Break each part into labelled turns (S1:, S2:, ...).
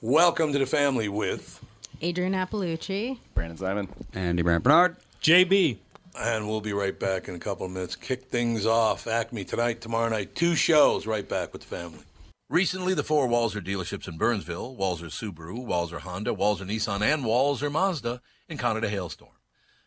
S1: Welcome to the family with,
S2: Adrian Appalucci.
S3: Brandon Simon.
S4: Andy Brandt Bernard.
S5: JB.
S1: and we'll be right back in a couple of minutes. Kick things off. Acme tonight, tomorrow night, two shows right back with the family. Recently, the four Walzer dealerships in Burnsville, Walzer Subaru, Walzer Honda, Walzer Nissan, and Walzer Mazda encountered a hailstorm.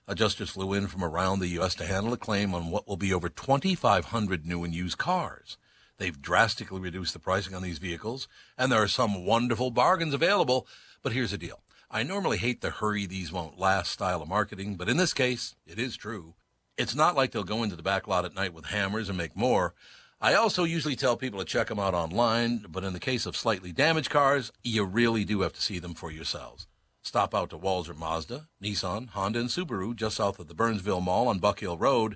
S1: Adjusters flew in from around the U.S. to handle a claim on what will be over 2,500 new and used cars. They've drastically reduced the pricing on these vehicles, and there are some wonderful bargains available. But here's the deal I normally hate the hurry, these won't last style of marketing, but in this case, it is true. It's not like they'll go into the back lot at night with hammers and make more. I also usually tell people to check them out online, but in the case of slightly damaged cars, you really do have to see them for yourselves. Stop out to Walzer Mazda, Nissan, Honda, and Subaru just south of the Burnsville Mall on Buck Hill Road.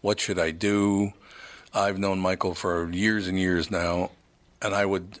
S1: What should I do? I've known Michael for years and years now, and I would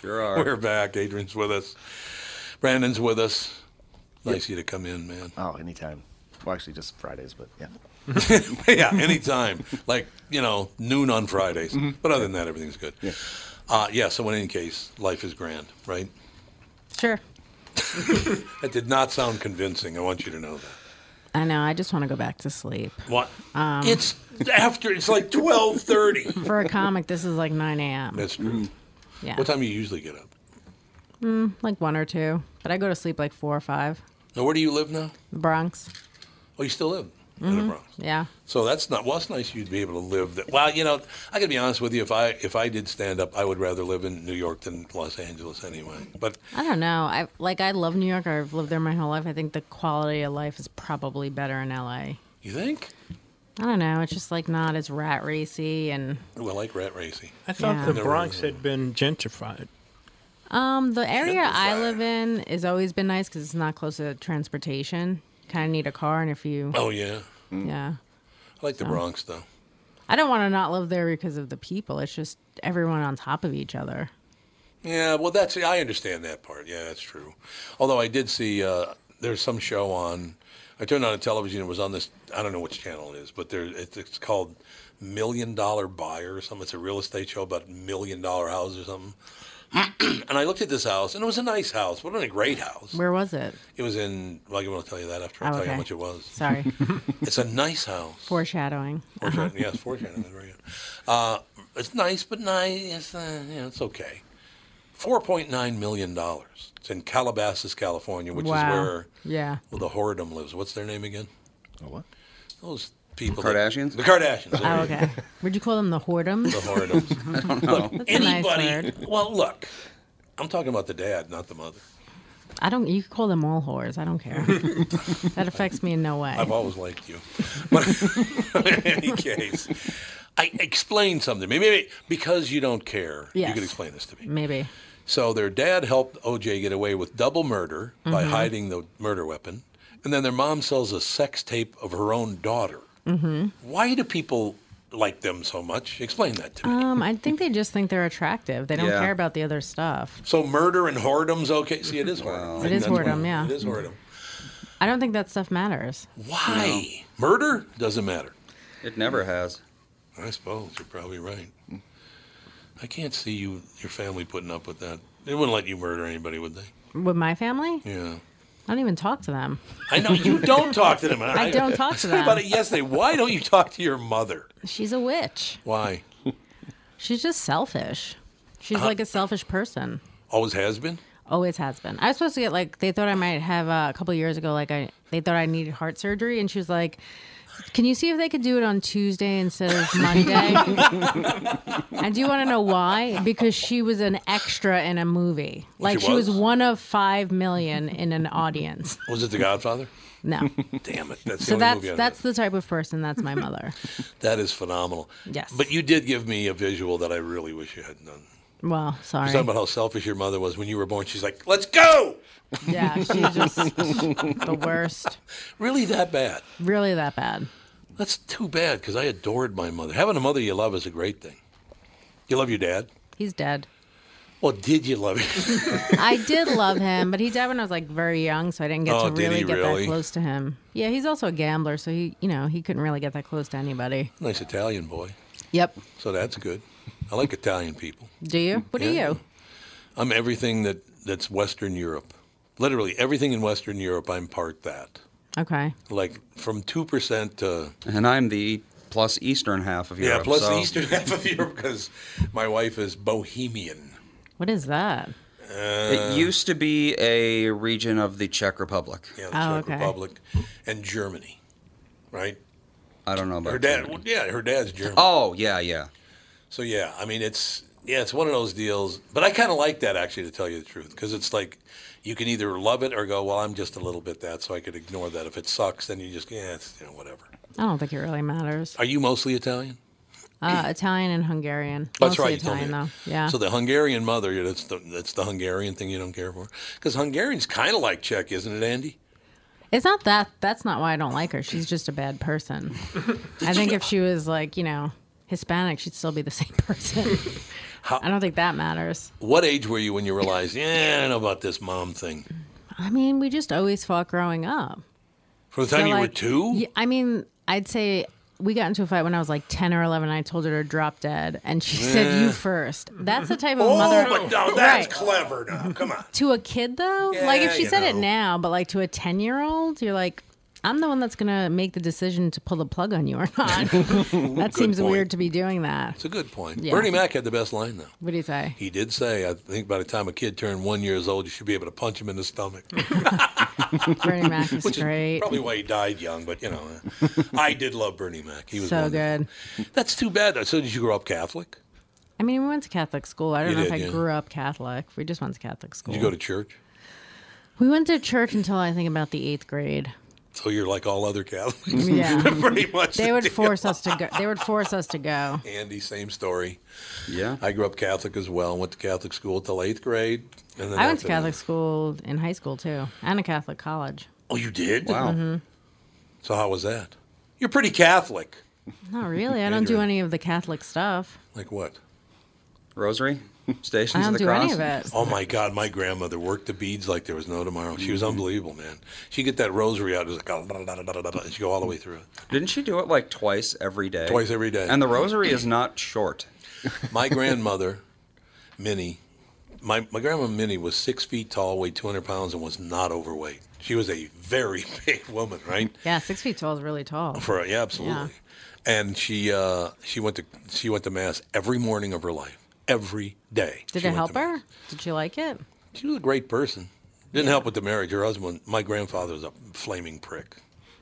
S4: Sure are.
S1: We're back. Adrian's with us. Brandon's with us. Nice of you to come in, man.
S3: Oh, anytime. Well, actually, just Fridays, but yeah.
S1: yeah, anytime. like, you know, noon on Fridays. But other than that, everything's good. Mm-hmm. Yeah. Uh, yeah, so in any case, life is grand, right?
S2: Sure.
S1: That did not sound convincing. I want you to know that.
S2: I know. I just want to go back to sleep.
S1: What? it's after, it's like 1230.
S2: For a comic, this is like 9 a.m.
S1: That's true.
S2: Yeah.
S1: What time do you usually get up?
S2: Like one or two. But I go to sleep like four or five.
S1: Now, where do you live now?
S2: The Bronx.
S1: Oh, you still live in the Bronx.
S2: Yeah.
S1: So that's not. Well, it's nice you'd be able to live that. Well, you know, I gotta be honest with you. If I if I did stand up, I would rather live in New York than Los Angeles anyway. But
S2: I don't know. I like I love New York. I've lived there my whole life. I think the quality of life is probably better in LA.
S1: you think?
S2: I don't know. It's just like not as rat racy and
S1: Well, I like rat racing.
S5: I thought
S2: Yeah.
S5: the Bronx had been gentrified.
S2: um the area I
S1: Gentrified.
S2: live in has always been nice cuz it's not close to transportation. Kind of need a car and if you
S1: Oh yeah,
S2: yeah.
S1: I like the Bronx though.
S2: I don't want to not live there because of the people. It's just everyone on top of each other.
S1: Yeah, well, that's I understand that part. Yeah, that's true. Although I did see uh, there's some show on. I turned on the television. It was on this. I don't know which channel it is, but there it's, it's called Million Dollar Buyer or something. It's a real estate show about million dollar houses or something. and I looked at this house, and it was a nice house. What a great house!
S2: Where was it?
S1: It was in. Well, I won't tell you that after I
S2: Oh,
S1: tell you how
S2: okay.
S1: much it was.
S2: Sorry.
S1: It's a nice house.
S2: Foreshadowing.
S1: Foreshadowing, yes, foreshadowing. that's Very good. Uh, it's nice, but nice. It's, uh, yeah, it's okay. Four point nine million dollars. It's in Calabasas, California, which
S2: wow.
S1: is where
S2: yeah.
S1: well, the whoredom lives. What's their name again?
S3: Oh, what?
S1: Those people. that-
S4: Kardashians?
S1: the Kardashians. there
S2: Oh,
S1: you go.
S2: okay. Would you call them the whoredom?
S1: The whoredoms.
S2: That's a nice
S1: Anybody?
S2: word.
S1: well, look, I'm talking about the dad, not the mother.
S2: I don't. You could call them all whores. I don't care. that affects me in no way.
S1: I've always liked you. But in any case, I explained something. Maybe, maybe because you don't care, you
S2: Yes.
S1: could explain this to me.
S2: Maybe.
S1: So their dad helped OJ get away with double murder by
S2: Mm-hmm.
S1: hiding the murder weapon, and then their mom sells a sex tape of her own daughter. Mm-hmm. Why do people like them so much? Explain that to me.
S2: Um, I think they just think they're attractive. They don't
S1: Yeah.
S2: care about the other stuff.
S1: So murder and whoredom's okay. See, it is whoredom.
S2: It is
S1: That's what-
S2: whoredom, yeah.
S1: It is whoredom.
S2: I don't think that stuff matters.
S1: Why? Murder doesn't matter.
S4: It never has.
S1: I suppose you're probably right. I can't see you, your family putting up with that. They wouldn't let you murder anybody, would they?
S2: With my family,
S1: Yeah.
S2: I don't even talk to them.
S1: I know you don't talk to them. and
S2: I don't talk to
S1: said about it
S2: them.
S1: yesterday. Why don't you talk to your mother?
S2: She's a witch.
S1: Why?
S2: She's just selfish. She's
S1: Uh-huh.
S2: like a selfish person.
S1: Always has been.
S2: Always has been. I was supposed to get like they thought I might have uh, a couple years ago. Like I, they thought I needed heart surgery, and she was like, "Can you see if they could do it on Tuesday instead of Monday?" and do you want to know why? Because she was an extra in a movie. Like
S1: She
S2: she was
S1: was?
S2: one of five million in an audience.
S1: Was it The Godfather?
S2: No.
S1: Damn it! That's the
S2: So
S1: only
S2: that's
S1: movie I know.
S2: that's the type of person. That's my mother.
S1: That is phenomenal.
S2: Yes.
S1: But you did give me a visual that I really wish you hadn't done.
S2: Well,
S1: You're
S2: sorry.
S1: talking about how selfish your mother was when you were born. She's like, let's go.
S2: Yeah, she's just the worst.
S1: Really that bad?
S2: Really that bad?
S1: That's too bad because I adored my mother. Having a mother you love is a great thing. You love your dad?
S2: He's dead.
S1: Well, did you love him?
S2: I did love him, but he died when I was like very young, so I didn't get
S1: Oh,
S2: to
S1: did
S2: really
S1: he
S2: get
S1: really?
S2: that close to him. Yeah, he's also a gambler, so he, you know, he couldn't really get that close to anybody.
S1: nice Italian boy.
S2: Yep.
S1: So that's good. I like Italian people.
S2: Do you? What
S1: Yeah.
S2: do you?
S1: I'm everything that, that's Western Europe. Literally everything in Western Europe, I'm part that.
S2: Okay.
S1: Like from 2% to
S4: And I'm the plus eastern half of Europe.
S1: Yeah, plus
S4: so
S1: the eastern half of Europe because my wife is Bohemian.
S2: What is that?
S1: uh,
S4: It used to be a region of the Czech Republic.
S1: Yeah, the
S2: Oh,
S1: Czech
S2: okay.
S1: Republic and Germany, right?
S4: I don't know about
S1: Her dad,
S4: Germany.
S1: well, yeah, her dad's German.
S4: Oh yeah, yeah.
S1: So yeah, I mean it's yeah, it's one of those deals. But I kind of like that actually, to tell you the truth, because it's like you can either love it or go, well, I'm just a little bit that, so I could ignore that. If it sucks, then you just yeah, it's, you know, whatever.
S2: I don't think it really matters.
S1: Are you mostly Italian?
S2: Uh, Italian and Hungarian.
S1: That's
S2: Mostly
S1: right. You told me
S2: Italian
S1: that.
S2: though. Yeah.
S1: So the Hungarian mother, that's the that's the Hungarian thing you don't care for, because Hungarian's kind of like Czech, isn't it, Andy?
S2: It's not that. That's not why I don't like her. She's just a bad person. I think if she was like, you know, Hispanic, she'd still be the same person. I don't think that matters.
S1: What age were you when you realized, yeah, I don't know about this mom thing?
S2: I mean, we just always fought growing up.
S1: From the time
S2: So,
S1: you were
S2: like,
S1: two?
S2: y- I mean, I'd say we got into a fight when I was like 10 or 11. And I told her to drop dead, and she said, You first. That's the type of
S1: Oh,
S2: mother.
S1: but no, that's
S2: Right.
S1: clever now. Come on.
S2: To a kid, though, like if
S1: Yeah,
S2: she
S1: you
S2: said it
S1: know.
S2: now, but like to a 10 year old, you're like, I'm the one that's going to make the decision to pull the plug on you or not. that seems
S1: point.
S2: weird to be doing that.
S1: It's a good point.
S2: Yeah.
S1: Bernie Mac had the best line, though.
S2: What do you say?
S1: He did say, I think by the time a kid turned one years old, you should be able to punch him in the stomach.
S2: Bernie Mac is
S1: Which is
S2: great.
S1: probably why he died young, but you know, uh, I did love Bernie Mac. He was
S2: So
S1: wonderful.
S2: good.
S1: That's too bad. Though. So did you grow up Catholic?
S2: I mean, we went to Catholic school. I don't
S1: You
S2: know if
S1: did,
S2: I
S1: yeah.
S2: grew up Catholic. We just went to Catholic school.
S1: Did you go to church?
S2: we went to church until I think about the eighth grade.
S1: So you're like all other Catholics,
S2: Yeah.
S1: pretty much.
S2: They would force us to go. They would force us to go.
S1: Andy, same story.
S4: Yeah.
S1: I grew up Catholic as well. Went to Catholic school till eighth grade, and then
S2: I went
S1: after
S2: to
S1: that-
S2: Catholic school in high school too, and a Catholic college.
S1: Oh, you did?
S4: Wow.
S2: Mm-hmm.
S1: So how was that? You're pretty Catholic.
S2: Not really. I don't do any of the Catholic stuff.
S1: Like what?
S4: Rosary, Stations
S2: I
S4: of
S2: don't
S4: the
S2: do
S4: Cross.
S2: any of it.
S1: Oh my God, my grandmother worked the beads like there was no tomorrow. She was
S2: Mm-hmm.
S1: unbelievable, man. She'd get that rosary out, it was like, "Ah, and she'd go all the way through it.
S4: Didn't she do it like twice every day?
S1: Twice every day.
S4: And the rosary is not short.
S1: My grandmother, Minnie, my, my grandma Minnie was six feet tall, weighed 200 pounds, and was not overweight. She was a very big woman, right?
S2: Yeah, six feet tall is really tall.
S1: For yeah, absolutely.
S2: Yeah.
S1: And she uh, she went to she went to mass every morning of her life, every day.
S2: Did
S1: she
S2: it
S1: went
S2: help
S1: to
S2: her?
S1: mass.
S2: Did she like it?
S1: She was a great person. Didn't help with the marriage. Her husband, my grandfather, was a flaming prick.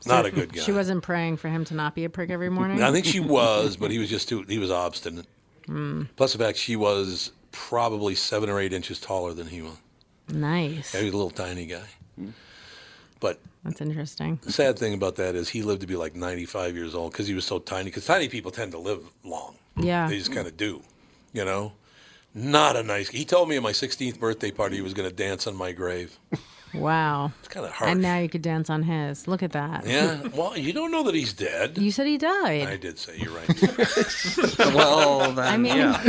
S1: Not a good guy.
S2: She wasn't praying for him to not be a prick every morning.
S1: I think she was, but he was just too. He was obstinate.
S2: Hmm.
S1: Plus the fact she was probably seven or eight inches taller than he was.
S2: Nice.
S1: Yeah, he was a little tiny guy.
S2: Hmm.
S1: But
S2: That's interesting.
S1: the sad thing about that is he lived to be like 95 years old because he was so tiny. Because tiny people tend to live long.
S2: Yeah.
S1: They just kind of do, you know. Not a nice. He told me at my 16th birthday party he was going to dance on my grave.
S2: Wow. It's
S1: kinda harsh.
S2: hard. And now you could dance on his. Look at that.
S1: Yeah. Well, you don't know that he's dead.
S2: You said he died.
S1: I did say you're right.
S4: well, then,
S2: I mean-
S4: yeah,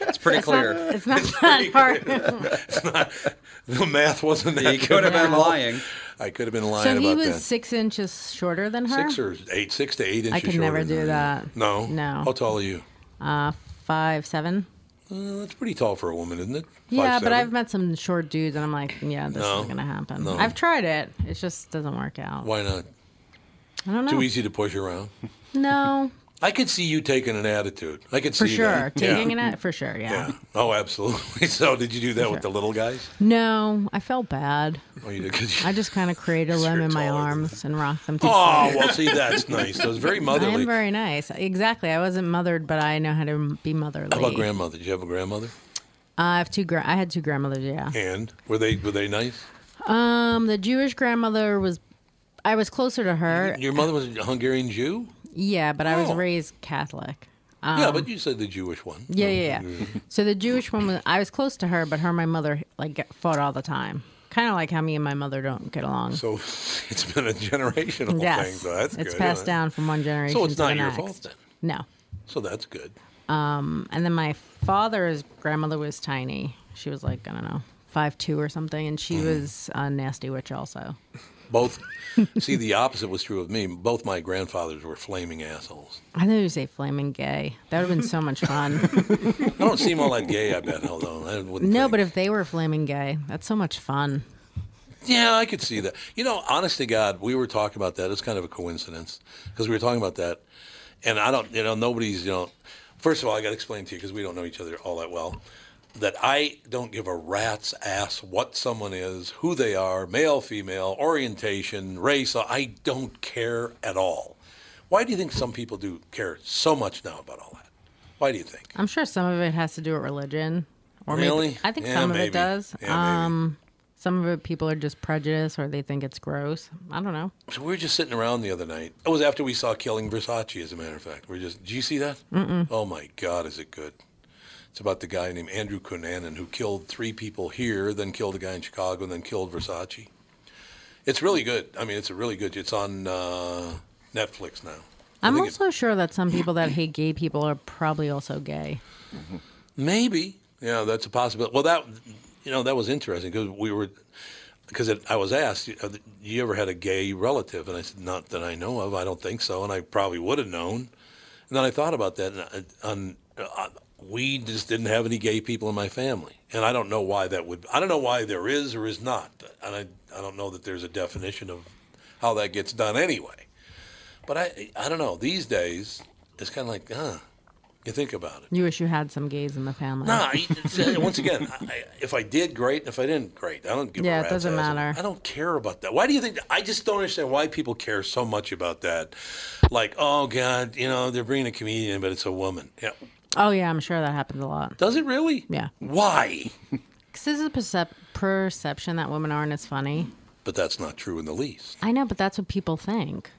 S4: it's pretty
S2: it's, not,
S4: clear.
S2: it's not that hard.
S1: the math wasn't that
S4: He could have
S1: good.
S4: been lying.
S1: I could have been lying
S2: so he
S1: about
S2: was
S1: that.
S2: six inches shorter than her?
S1: Six or eight, six to eight inches.
S2: I could never
S1: shorter than
S2: do
S1: I am.
S2: that.
S1: No.
S2: No.
S1: How tall are you?
S2: Uh, five, seven.
S1: Uh, that's pretty tall for a woman, isn't it?
S2: yeah, but
S1: i
S2: I've met some short dudes, and I'm like, yeah, this
S1: No.
S2: is gonna happen.
S1: No.
S2: I've tried it; it just doesn't work out.
S1: Why not?
S2: I don't know.
S1: Too easy to push around.
S2: No,
S1: I could see you taking an attitude. I could
S2: for
S1: see
S2: sure.
S1: that.
S2: Taking
S1: yeah.
S2: it out- for sure. Yeah.
S1: Yeah. Oh, absolutely. So, did you do that with the little guys?
S2: No, I felt bad.
S1: Oh, you did. 'cause you-
S2: I just kind of created a limb in my
S1: taller than
S2: arms and rocked them to
S1: oh,
S2: sleep.
S1: well, see, that's nice. That was very
S2: I am
S1: motherly.
S2: very nice. Exactly. I wasn't mothered, but I know how to be motherly.
S1: How about grandmother? Did you have a grandmother?
S2: Uh, I have two. Gra- I had two grandmothers. Yeah.
S1: And were they were they nice?
S2: Um, the Jewish grandmother was. I was closer to her.
S1: Your mother was a Hungarian Jew.
S2: Yeah, but I was
S1: Oh.
S2: raised Catholic.
S1: yeah, but you said the Jewish one.
S2: Um, Yeah, yeah, yeah.
S1: Mm-hmm.
S2: so the Jewish woman, I was close to her, but her and my mother like get- fought all the time. Kind of like how me and my mother don't get along.
S1: So it's been a generational
S2: yes,
S1: thing. So that's
S2: it's
S1: good.
S2: passed
S1: huh?
S2: down from one generation.
S1: So it's
S2: to the
S1: not your
S2: next.
S1: fault then.
S2: No.
S1: So that's good.
S2: And then my father's grandmother was tiny. She was like I don't know five two or something, and
S1: Mm-hmm.
S2: she was a nasty witch also.
S1: Both. see, the opposite was true of me. Both my grandfathers were flaming assholes.
S2: I thought you say flaming gay. That would have been so much fun.
S1: I don't seem all that gay. I bet. Although I wouldn't.
S2: no,
S1: think.
S2: but if they were flaming gay, that's so much fun.
S1: Yeah, I could see that. You know, honest to God, we were talking about that. It's kind of a coincidence because we were talking about that, and I don't, you know, nobody's, you know. First of all, I got to explain to you because we don't know each other all that well that I don't give a rat's ass what someone is, who they are, male, female, orientation, race. I don't care at all. Why do you think some people do care so much now about all that? Why do you think?
S2: I'm sure some of it has to do with religion. Or
S1: Really?
S2: Maybe, I think
S1: Yeah,
S2: some of
S1: maybe.
S2: it does.
S1: Yeah, maybe.
S2: um, some of it people are just prejudiced or they think it's gross. I don't know.
S1: So we were just sitting around the other night. It was after we saw Killing Versace, as a matter of fact. We are just, did you see that? Mm-mm. Oh my God, is it good? It's about the guy named Andrew Cunanan who killed three people here, then killed a guy in Chicago, and then killed Versace. It's really good. I mean, it's a really good. It's on uh, Netflix now. I
S2: I'm
S1: think it-
S2: also sure that some people that hate gay people are probably also gay.
S1: Maybe. Yeah, that's a possibility. Well, that you know that was interesting because we were because I was asked, "You- uh, "You ever had a gay relative?" And I said, "Not that I know of. I don't think so." And I probably would have known. And then I thought about that, and I, on, uh, we just didn't have any gay people in my family, and I don't know why that would. I don't know why there is or is not, and I I don't know that there's a definition of how that gets done anyway. But I I don't know. These days, it's kind of like, huh? You think about it.
S2: You wish you had some gays in the family.
S1: No, I, it's- once again, I- I, if I did, great. and If I didn't, great. I don't give a
S2: Yeah, it
S1: rat's
S2: doesn't
S1: ass.
S2: matter.
S1: I don't care about that. Why do you think? I just don't understand why people care so much about that. Like, oh God, you know, they're bringing a comedian, but it's a woman. Yeah.
S2: Oh, yeah, I'm sure that happens a lot.
S1: Does it really?
S2: Yeah.
S1: Why?
S2: Because this is a percep- perception that women aren't as funny.
S1: But that's not true in the least.
S2: I know, but that's what people think.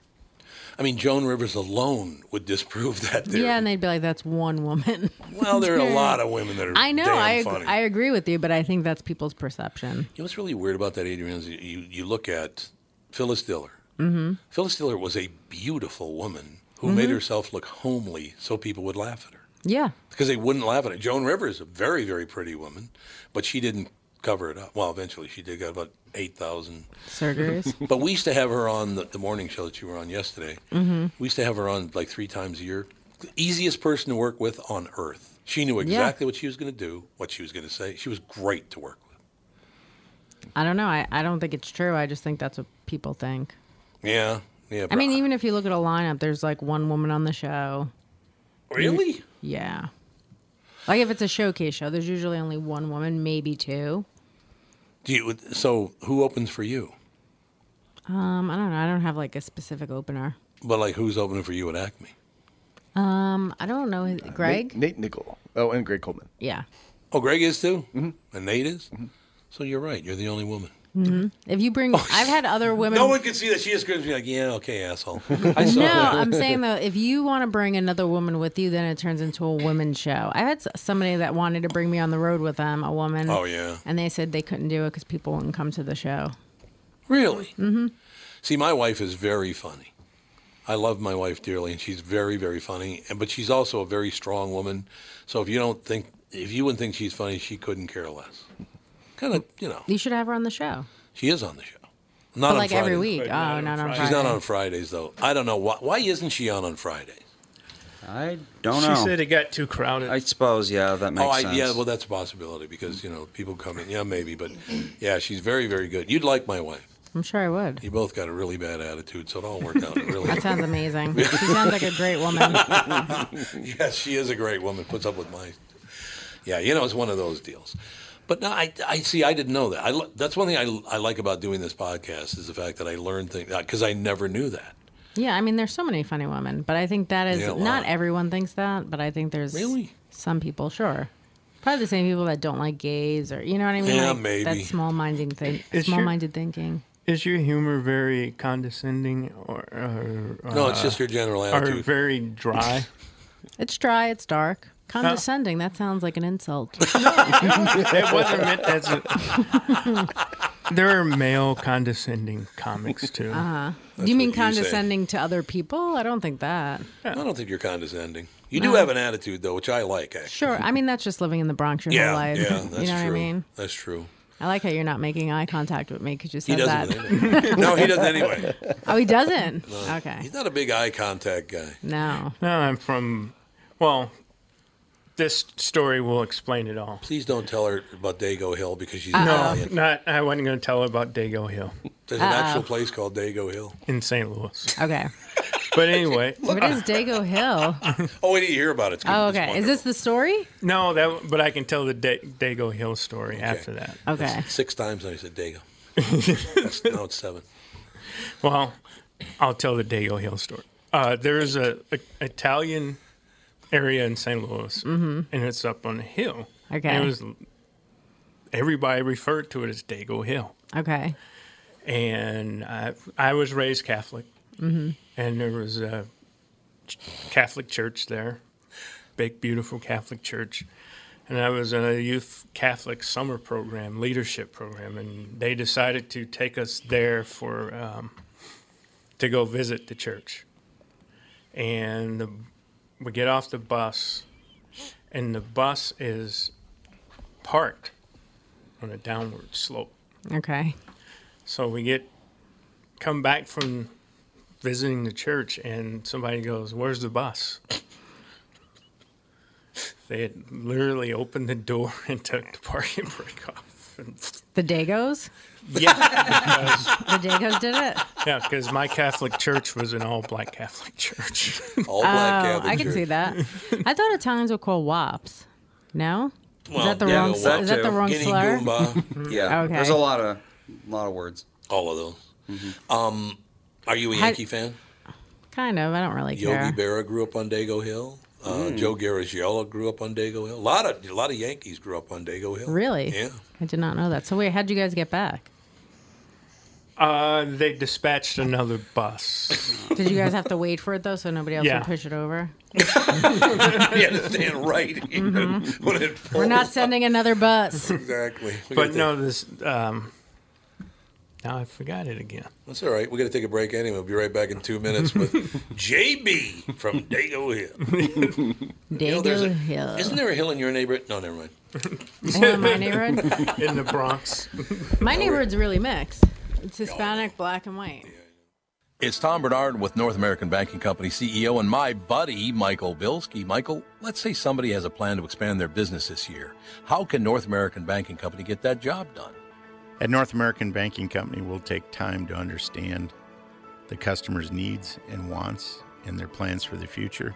S1: I mean, Joan Rivers alone would disprove that. Theory.
S2: Yeah, and they'd be like, that's one woman.
S1: well, there are a lot of women that are.
S2: I know,
S1: damn
S2: I, ag-
S1: funny.
S2: I agree with you, but I think that's people's perception.
S1: You know what's really weird about that, Adrian, is you, you look at Phyllis Diller. Mm-hmm. Phyllis Diller was a beautiful woman who made herself look homely so people would laugh at her
S2: Yeah.
S1: because they wouldn't laugh at her. Joan Rivers, a very, very pretty woman, but she didn't cover it up. Well, eventually she did, got about 8,000
S2: Surgeries.
S1: but we used to have her on the, the morning show that you were on yesterday. Mm-hmm. We used to have her on like three times a year. The easiest person to work with on earth. She knew exactly what she was going to do, what she was going to say. She was great to work with.
S2: I don't know. I, I don't think it's true. I just think that's what people think.
S1: Yeah. Yeah.
S2: I mean, even if you look at a lineup, there's like one woman on the show.
S1: really?
S2: Yeah. Like if it's a showcase show, there's usually only one woman, maybe two.
S1: Do you, so who opens for you?
S2: Um, I don't know. I don't have like a specific opener.
S1: But like, who's opening for you at Acme?
S2: Um, I don't know.
S3: Nate,
S2: Greg?
S3: Nate Nickel. Oh, and Greg Coleman.
S2: Yeah.
S1: Oh, Greg is too, mm-hmm. and Nate is. So you're right. You're the only woman.
S2: If you bring, I've had other women.
S1: Oh, No one can see that. She just grins and be like, "Yeah, okay, asshole." I saw
S2: No,
S1: that.
S2: I'm saying though, if you want to bring another woman with you, then it turns into a women's show. I had s- somebody that wanted to bring me on the road with them, a woman.
S1: Oh, yeah.
S2: And they said they couldn't do it because people wouldn't come to the show.
S1: Really? Mm-hmm. See, my wife is very funny. I love my wife dearly, and she's very, very funny. And but she's also a very strong woman. So if you don't think, if you wouldn't think she's funny, she couldn't care less. Kind of, you know,
S2: You should have her on the show.
S1: she is on the show. Not
S2: but
S1: on
S2: like
S1: Friday,
S2: every
S1: though.
S2: week.
S5: But
S2: Oh,
S5: not
S2: not
S5: on
S2: on Friday.
S5: Friday.
S1: She's not on Fridays though. I don't know why. Why isn't she on on Fridays?
S4: I don't
S5: she
S4: know.
S5: said it got too crowded.
S4: I suppose, yeah, that makes
S1: oh, I,
S4: sense.
S1: yeah. Well, that's a possibility because you know people come in. Yeah, maybe, but yeah, she's very, very good. You'd like my wife.
S2: I'm sure I would.
S1: You both got a really bad attitude, so it all worked out really.
S2: That sounds amazing. she sounds like a great woman.
S1: yes, she is a great woman. Puts up with my. Yeah, you know, it's one of those deals. But no, I, I see. I didn't know that. I, lo- that's one thing I, I like about doing this podcast is the fact that I learned things because I never knew that.
S2: Yeah, I mean, there's so many funny women, but I think that is
S1: Yeah, a lot.
S2: not everyone thinks that, but I think there's
S1: Really?
S2: some people, sure. Probably the same people that don't like gays or, you know what I mean?
S1: Yeah,
S2: Like,
S1: maybe.
S2: That small minded thing,
S5: Is your-
S2: small minded thinking.
S5: Is your humor very condescending or, or, uh,
S1: No, it's just your general
S5: or
S1: attitude.
S5: very dry?
S2: It's dry, it's dark. Condescending, that sounds like an insult.
S5: it wasn't meant as a. there are male condescending comics too.
S2: Do you
S1: what
S2: mean
S1: you say.
S2: condescending to other people? I don't think that.
S1: I don't think you're condescending. You do have an attitude though, which I like. Actually.
S2: Sure. I mean, that's just living in the Bronx your
S1: Yeah,
S2: whole life.
S1: yeah, that's
S2: you know
S1: true.
S2: what I mean?
S1: That's true.
S2: I like how you're not making eye contact with me because you
S1: He
S2: said
S1: doesn't.
S2: that.
S1: anyway. no, he doesn't anyway.
S2: Oh, he doesn't? okay.
S1: He's not a big eye contact guy.
S2: No.
S5: no, I'm from. Well, this story will explain it all.
S1: Please don't tell her about Dago Hill because she's
S5: No,
S1: Italian.
S5: not. I wasn't going to tell about Dago Hill
S1: There's an actual place called Dago Hill.
S5: in St. Louis.
S2: Okay.
S5: But anyway,
S2: What is Dago Hill?
S1: Oh, we didn't hear about it. It's good.
S2: Oh,
S1: It's
S2: okay. Is this the story?
S5: no, that. But I can tell the da- Dago Hill story after that.
S2: Okay.
S1: Six times I said Dago. That's, now it's seven.
S5: Well, I'll tell the Dago Hill story. Uh, there is a, a Italian area in St. Louis, and it's up on a hill.
S2: Okay.
S5: And it was everybody referred to it as Dago Hill,
S2: Okay.
S5: and I I was raised Catholic, and there was a ch- Catholic church there, big beautiful Catholic church. And I was in a youth Catholic summer program, leadership program, and they decided to take us there for um, to go visit the church. And the, we get off the bus, and the bus is parked on a downward slope.
S2: Okay.
S5: So we get come back from visiting the church, and somebody goes, "Where's the bus?" They had literally opened the door and took the parking brake off. And
S2: The Dagos?
S5: yeah, because,
S2: The Dagos did it?
S5: yeah, 'cause my Catholic church was an all-black Catholic church.
S1: All black
S2: Oh,
S1: Catholic
S2: I can
S1: church.
S2: see that. I thought Italians were called wops. No?
S1: Well,
S2: is that the
S1: yeah,
S2: wrong
S1: well,
S2: slur? Is that the
S4: too.
S2: wrong
S1: Guinea
S2: slur?
S1: Goomba,
S4: Yeah.
S2: Mm, Okay.
S4: There's a lot of lot of words.
S1: all of those. Um, are you a
S2: Mm-hmm. How-
S1: Yankee fan?
S2: Kind of. I don't really
S1: Yogi
S2: care.
S1: Berra grew up on Dago Hill. Uh, Joe Garagiola grew up on Dago Hill. A lot of a lot of Yankees grew up on Dago Hill.
S2: Really?
S1: Yeah.
S2: I did not know that. So wait, how'd you guys get back?
S5: Uh, they dispatched another bus.
S2: Did you guys have to wait for it though, so nobody else
S5: Yeah.
S2: would push it over?
S1: you understand right? When it
S2: Mm-hmm. We're
S1: pulls-
S2: not sending another bus.
S1: exactly. We gotta
S5: But
S1: take-
S5: no, this. Um, now I forgot it again.
S1: That's all right. We're going to take a break anyway. We'll be right back in two minutes with JB from Dago Hill. You know,
S2: Dago
S1: there's a-
S2: Hill.
S1: Isn't there a hill in your neighborhood? No, never mind.
S2: Hill in my neighborhood?
S5: In the Bronx.
S2: My neighborhood's really mixed. It's Hispanic, black, and white.
S1: It's Tom Bernard with North American Banking Company CEO and my buddy, Michael Bilski. Michael, let's say somebody has a plan to expand their business this year. How can North American Banking Company get that job done?
S3: At North American Banking Company, we'll take time to understand the customer's needs and wants and their plans for the future.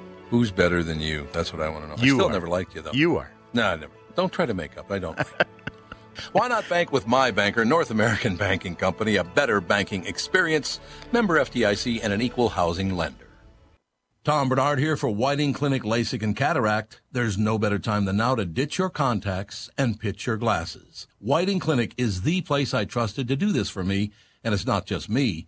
S1: Who's better than you? That's what I want to know.
S3: You
S1: I still
S3: are.
S1: never liked you though.
S3: You are.
S1: No, I never. Don't try to make up. I don't. like you. Why not bank with my banker, North American Banking Company, a better banking experience, member FDIC, and an equal housing lender? Tom Bernard here for Whiting Clinic LASIK and Cataract. There's no better time than now to ditch your contacts and pitch your glasses. Whiting Clinic is the place I trusted to do this for me, and it's not just me.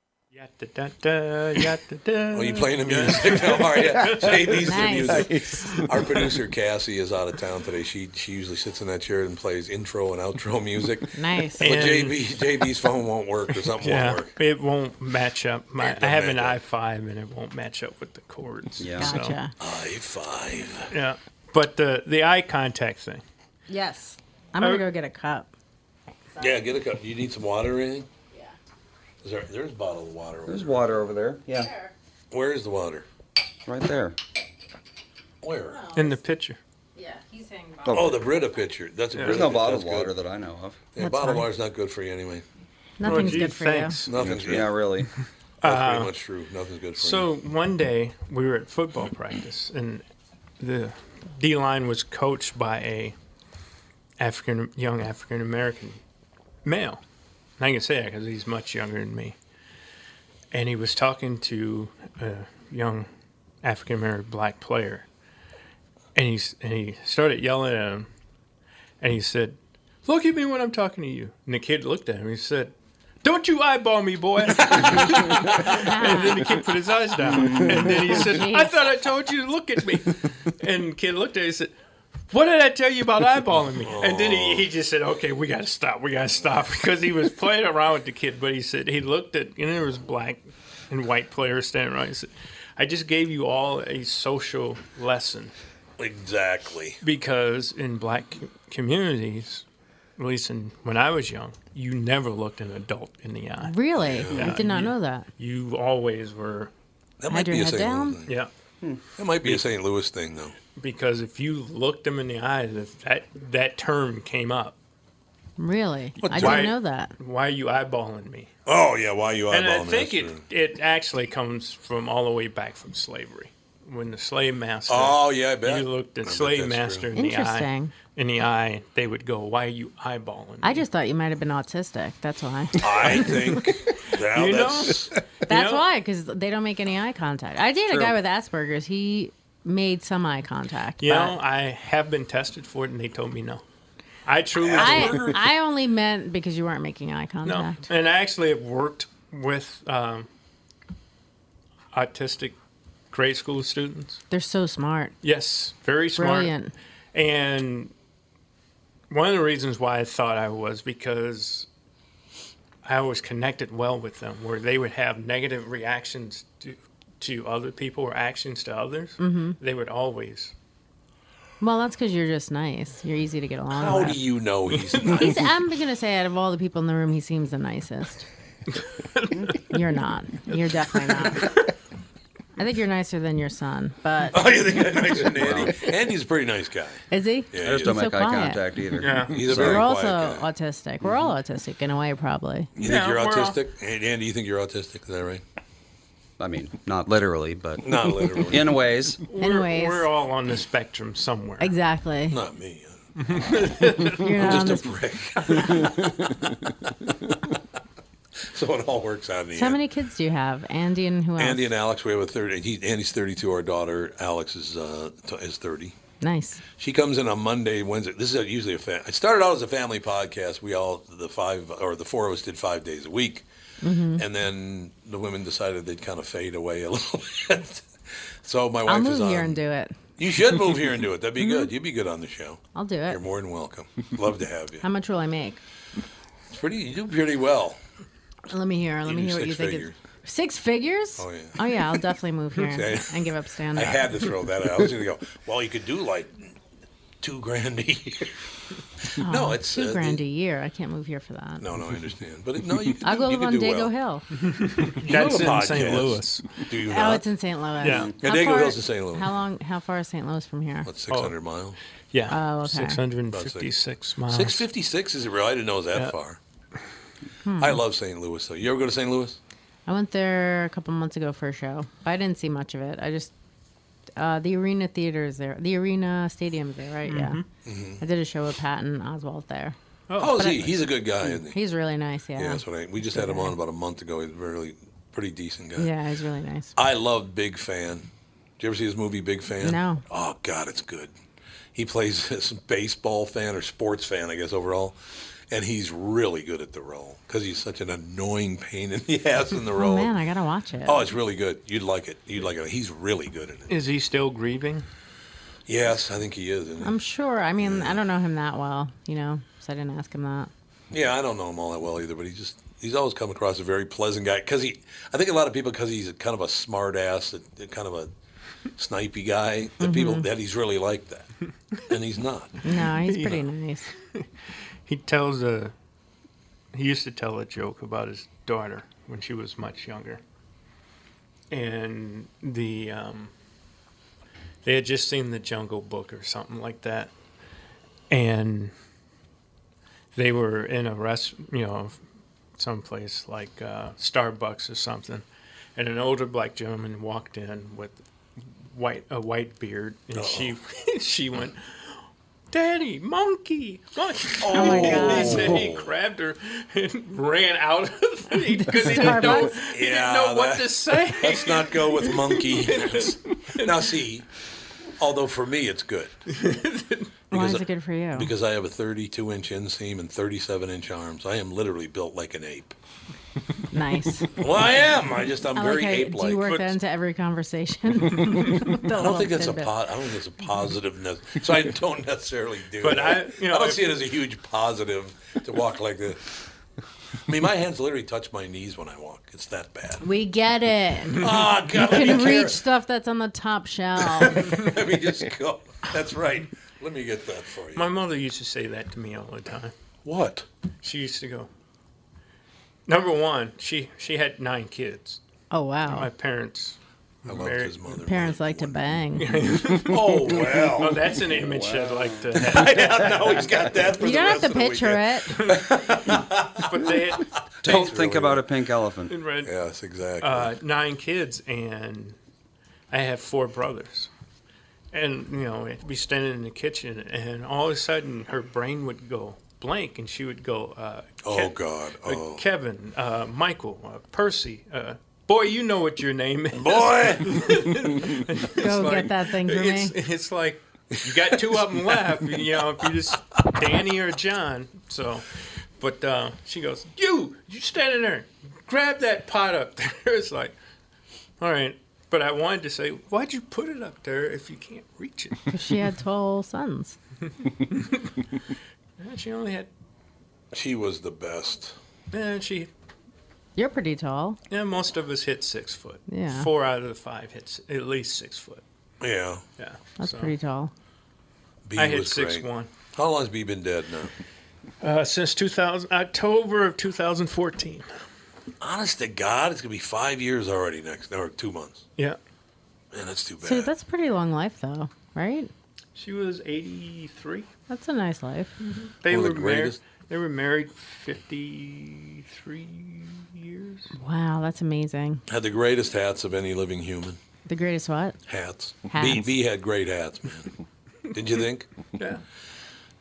S5: Yatta-da-da, yatta-da.
S1: Well, you playing the music now, are you? JD's
S2: Nice.
S1: the music. Our producer Cassie is out of town today. She she usually sits in that chair and plays intro and outro music.
S2: Nice.
S1: But
S5: And-
S1: JB JB's phone won't work or something
S5: Yeah,
S1: won't work.
S5: it won't match up. My,
S1: It
S5: I have
S1: doesn't
S5: an
S1: match
S5: i5 and it won't match up with the cords.
S4: Yeah.
S5: so-
S2: Gotcha.
S1: I five.
S5: yeah, but the the eye contact thing.
S2: Yes. I'm
S5: Oh.
S2: gonna go get a cup.
S1: Yeah, get a cup. You need some water or anything? Yeah. Is there, there's a bottle of water. Over
S4: There's
S1: there.
S4: water over there. Yeah.
S1: Where is the water?
S4: Right there.
S1: Where?
S2: Oh.
S5: in the picture.
S2: Yeah, he's saying.
S1: Oh, the Brita pitcher. That's a Brita
S4: There's no
S1: pitcher.
S4: bottled
S1: That's good.
S4: water that I know of.
S1: Yeah,
S2: That's
S1: bottled
S2: fine.
S1: water's not good for you anyway.
S2: Nothing's good for
S5: thanks.
S1: Nothing's
S4: Yeah,
S1: good.
S4: really.
S1: That's pretty much true. Nothing's good for you.
S5: Uh, So one day we were at football practice, and the D line was coached by a African, young African American male. And I can say that because he's much younger than me. And he was talking to a young African American black player, and he's and he started yelling at him, and he said, "Look at me when I'm talking to you." And the kid looked at him. and He said, "Don't you eyeball me, boy." and then the kid put his eyes down. And then he said, I thought I told you to look at me. And the kid looked at him and said, What did I tell you about eyeballing me? And then he, he just said, Okay, we got to stop. We got to stop. Because he was playing around with the kid. But he said, He looked at, and there was black and white players standing around. He said, I just gave you all a social lesson
S1: Exactly.
S5: because in black com- communities, at least in, when I was young, you never looked an adult in the eye.
S2: Really? I did not know that.
S5: You always were,
S1: That
S2: Had
S1: might
S2: your
S1: be a
S2: head
S1: St.
S2: down?
S1: Louis thing.
S5: yeah.
S1: That might be a St. Louis thing, though.
S5: because if you looked them in the eyes, if that that term came up,
S2: Really? I
S5: why-
S2: didn't know that.
S5: why are you eyeballing me?
S1: Oh yeah, why you eyeballing
S5: And I
S1: me?
S5: think
S1: That's
S5: it,
S1: true.
S5: it actually comes from all the way back from slavery, when the slave master
S1: Oh yeah, I bet.
S5: you looked
S1: I
S5: at
S1: bet
S5: slave
S1: that's
S5: master
S1: true.
S5: in the eye,
S2: Interesting.
S5: in the eye, they would go, "Why are you eyeballing?"
S2: I
S5: me?"
S2: just thought you might have been autistic. That's why.
S1: I think now
S5: You know?
S1: that's
S2: That's
S5: know?
S2: why, because they don't make any eye contact. I dated a guy
S5: True.
S2: with Asperger's. He made some eye contact.
S5: you
S2: but
S5: know, I have been tested for it, and they told me no. I truly
S2: I, I only meant because you weren't making eye
S5: No,
S2: contact.
S5: and I actually have worked with um, autistic grade school students.
S2: They're so smart.
S5: Yes, very smart.
S2: Brilliant.
S5: And one of the reasons why I thought I was because I always connected well with them, where they would have negative reactions to, to other people or actions to others. Mm-hmm. They would always.
S2: Well, that's because you're just nice. You're easy to get along
S1: how
S2: with.
S1: do you know he's not?
S2: He's, I'm gonna say, out of all the people in the room, he seems the nicest. you're not. You're definitely not. I think you're nicer than your son, but
S1: oh, you think I'm nicer than Andy? Andy's a pretty nice guy.
S2: is he?
S1: Yeah,
S4: I just
S1: he
S4: don't
S1: is.
S2: so
S4: make eye
S2: quiet.
S4: contact either.
S1: he's a very
S2: We're
S1: quiet
S2: also
S1: guy. Mm-hmm.
S2: autistic. We're all autistic in a way, probably.
S1: You think
S5: Yeah,
S1: you're
S5: we're all-
S1: autistic? And Andy, you think you're autistic? Is that right?
S4: I mean, not literally, but
S1: Not literally.
S4: in ways.
S2: Anyways,
S5: We're, we're all on the spectrum somewhere.
S2: exactly.
S1: Not me.
S2: You're not on
S1: I'm
S2: this.
S1: just a prick. so it all works out in the
S2: So how
S1: end.
S2: many kids do you have, Andy and who else?
S1: Andy and Alex, we have a third. He, Andy's 32. Our daughter Alex is uh, t- is 30.
S2: nice.
S1: She comes in on Monday, Wednesday. This is a, usually a fa- it started out as a family podcast. We all the five or the four of us did five days a week,
S2: Mm-hmm.
S1: and then the women decided they'd kind of fade away a little bit. So my wife
S2: I'll
S1: is
S2: move
S1: on.
S2: here and do Mm-hmm. it.
S1: You should move here and do it. That'd be good. You'd be good on the show.
S2: I'll do
S1: You're
S2: it.
S1: more than welcome. Love to have you.
S2: Uh, How much will I make?
S1: It's pretty. You do pretty well.
S2: Let me hear. Let
S1: You
S2: me
S1: do
S2: hear what
S1: six
S2: you think.
S1: figures.
S2: It's, six figures?
S1: Oh, yeah.
S2: Oh yeah. I'll definitely move here
S1: Okay.
S2: and give up stand
S1: I
S2: up.
S1: had to throw that out. I was going to go. Well, you could do like two grand a year. no, it's
S2: two
S1: uh,
S2: grand a year. I can't move here for that.
S1: No, no, I understand. But it, no, you could
S2: I'll
S1: do,
S2: go
S1: you
S2: live
S1: could
S2: on
S1: do
S2: Dago
S1: well.
S2: Hill.
S5: That's
S1: You have
S5: in
S1: a
S5: St.
S1: podcast.
S5: Louis.
S1: Do you
S2: Oh,
S1: not?
S2: it's in St. Louis.
S5: Yeah.
S1: Yeah,
S2: How
S1: Dago
S2: far-
S1: Hill's in St. Louis.
S2: How long? How far is St. Louis from here?
S1: What, 600 miles?
S5: Yeah.
S2: Oh, okay.
S5: 656 miles.
S1: 656 is it real? I didn't know it was that far.
S2: Hmm.
S1: I love St. Louis, though. You ever go to St. Louis?
S2: I went there a couple months ago for a show, but I didn't see much of it. I just uh, the arena theater is there. The arena stadium is there, right? Yeah.
S1: Mm-hmm.
S2: I did a show with Patton Oswald there.
S1: Oh, is he? He's a good guy, isn't he?
S2: He's really nice. Yeah.
S1: yeah, that's what I. We just had him on about a month ago. He's a really pretty decent guy.
S2: yeah, he's really nice.
S1: I love Big Fan. Did you ever see his movie Big Fan?
S2: No.
S1: Oh God, it's good. He plays this baseball fan or sports fan, I guess overall, and he's really good at the role because he's such an annoying pain in the ass in the
S2: Oh
S1: role.
S2: man, I gotta watch it.
S1: Oh, it's really good. You'd like it. You'd like it. He's really good in it.
S5: Is he still grieving?
S1: Yes, I think he is. Isn't he?
S2: I'm sure. I mean, I don't know him that well, you know, so I didn't ask him that.
S1: Yeah, I don't know him all that well either, but he just he's always come across a very pleasant guy because he. I think a lot of people because he's kind of a smart ass, a- a kind of a snipey guy. The
S2: Mm-hmm.
S1: people that he's really like that, and he's not.
S2: No, he's pretty nice.
S5: He tells a. He used to tell a joke about his daughter when she was much younger. And the. Um, they had just seen the Jungle Book or something like that. And they were in a rest, you know, someplace like uh, Starbucks or something. And an older black gentleman walked in with white a white beard, and she she went, "Daddy, monkey, monkey!"
S2: Oh my
S5: And
S2: god.
S5: he, said
S1: Oh.
S5: he grabbed her and ran out of the because he didn't know,
S2: Starbucks?
S5: he
S1: Yeah,
S5: didn't know what
S1: that-
S5: to say.
S1: Let's not go with monkey. now, see, although for me it's good
S2: Why is
S1: I-
S2: it good for you?
S1: because I have a 32 inch inseam and 37 inch arms. I am literally built like an ape.
S2: nice.
S1: Well, I am. I just I'm
S2: I like
S1: very
S2: how you-
S1: ape
S2: do you work
S1: like.
S2: that into every conversation? I
S1: I don't think that's a po- I don't think it's a positive. Ne- so I don't necessarily do.
S5: But
S1: that.
S5: I- you know,
S1: I don't
S5: if-
S1: see it as a huge positive to walk like this. I mean, my hands literally touch my knees when I walk. It's that bad.
S2: We get it.
S1: Ah, God, let
S2: can
S1: me,
S2: reach
S1: reach.
S2: stuff that's on the top shelf.
S1: let me just go. That's right. Let me get that for you.
S5: My mother used to say that to me all the time.
S1: what?
S5: She used to go. Number one, she she had nine kids.
S2: Oh
S5: My
S2: wow.
S5: parents.
S1: I loved
S5: Very-
S1: his mother.
S2: Parents like to bang. You
S1: Oh
S5: Oh,
S1: well.
S5: that's an image I'd like to have.
S1: now he's got that. For the rest
S2: don't have to
S1: of the
S2: picture
S1: weekend.
S2: it.
S5: But they had
S4: Don't
S1: Thanks,
S4: think
S1: really.
S4: about a pink elephant.
S5: read,
S1: Yes, exactly.
S5: uh, nine kids, and I have four brothers. And you know, we'd be standing in the kitchen, and all of a sudden, her brain would go blank, and she would go, uh,
S1: oh
S5: Kev-
S1: God.
S5: uh,
S1: Oh
S5: Kevin, uh, Michael, uh, Percy, uh, boy, you know what your name is."
S1: boy.
S2: Go
S5: like-
S2: get that thing for me.
S5: It's, it's like you got two of them left, you know, if you just Danny or John. So, but uh, she goes, "You, you standing there, grab that pot up there." It's like, all right. But I wanted to say, why'd you put it up there if you can't reach it?
S2: 'Cause She had tall sons.
S5: And she only had,
S1: She was the best.
S5: and she,
S2: You're pretty tall.
S5: yeah, most of us hit six foot.
S2: Yeah.
S5: Four out of the five hits at least six foot.
S1: Yeah.
S5: Yeah.
S2: That's
S5: So,
S2: pretty tall.
S1: B
S5: I hit
S1: was
S5: six
S1: great.
S5: one
S1: How long has B been dead now?
S5: uh, since 2000 October of 2014.
S1: Honest to God, it's gonna be five years already next, or two months.
S5: Yeah.
S1: Man, that's too bad.
S2: So that's a pretty long life, though, right?
S5: She was 83.
S2: That's a nice life.
S5: They
S1: One
S5: were
S1: of the
S5: married.
S1: greatest.
S5: They were married 53 years.
S2: Wow, that's amazing.
S1: had the greatest hats of any living human.
S2: The greatest what?
S1: Hats. B,
S2: Hats.
S1: B had great hats, man. Did you think?
S5: Yeah.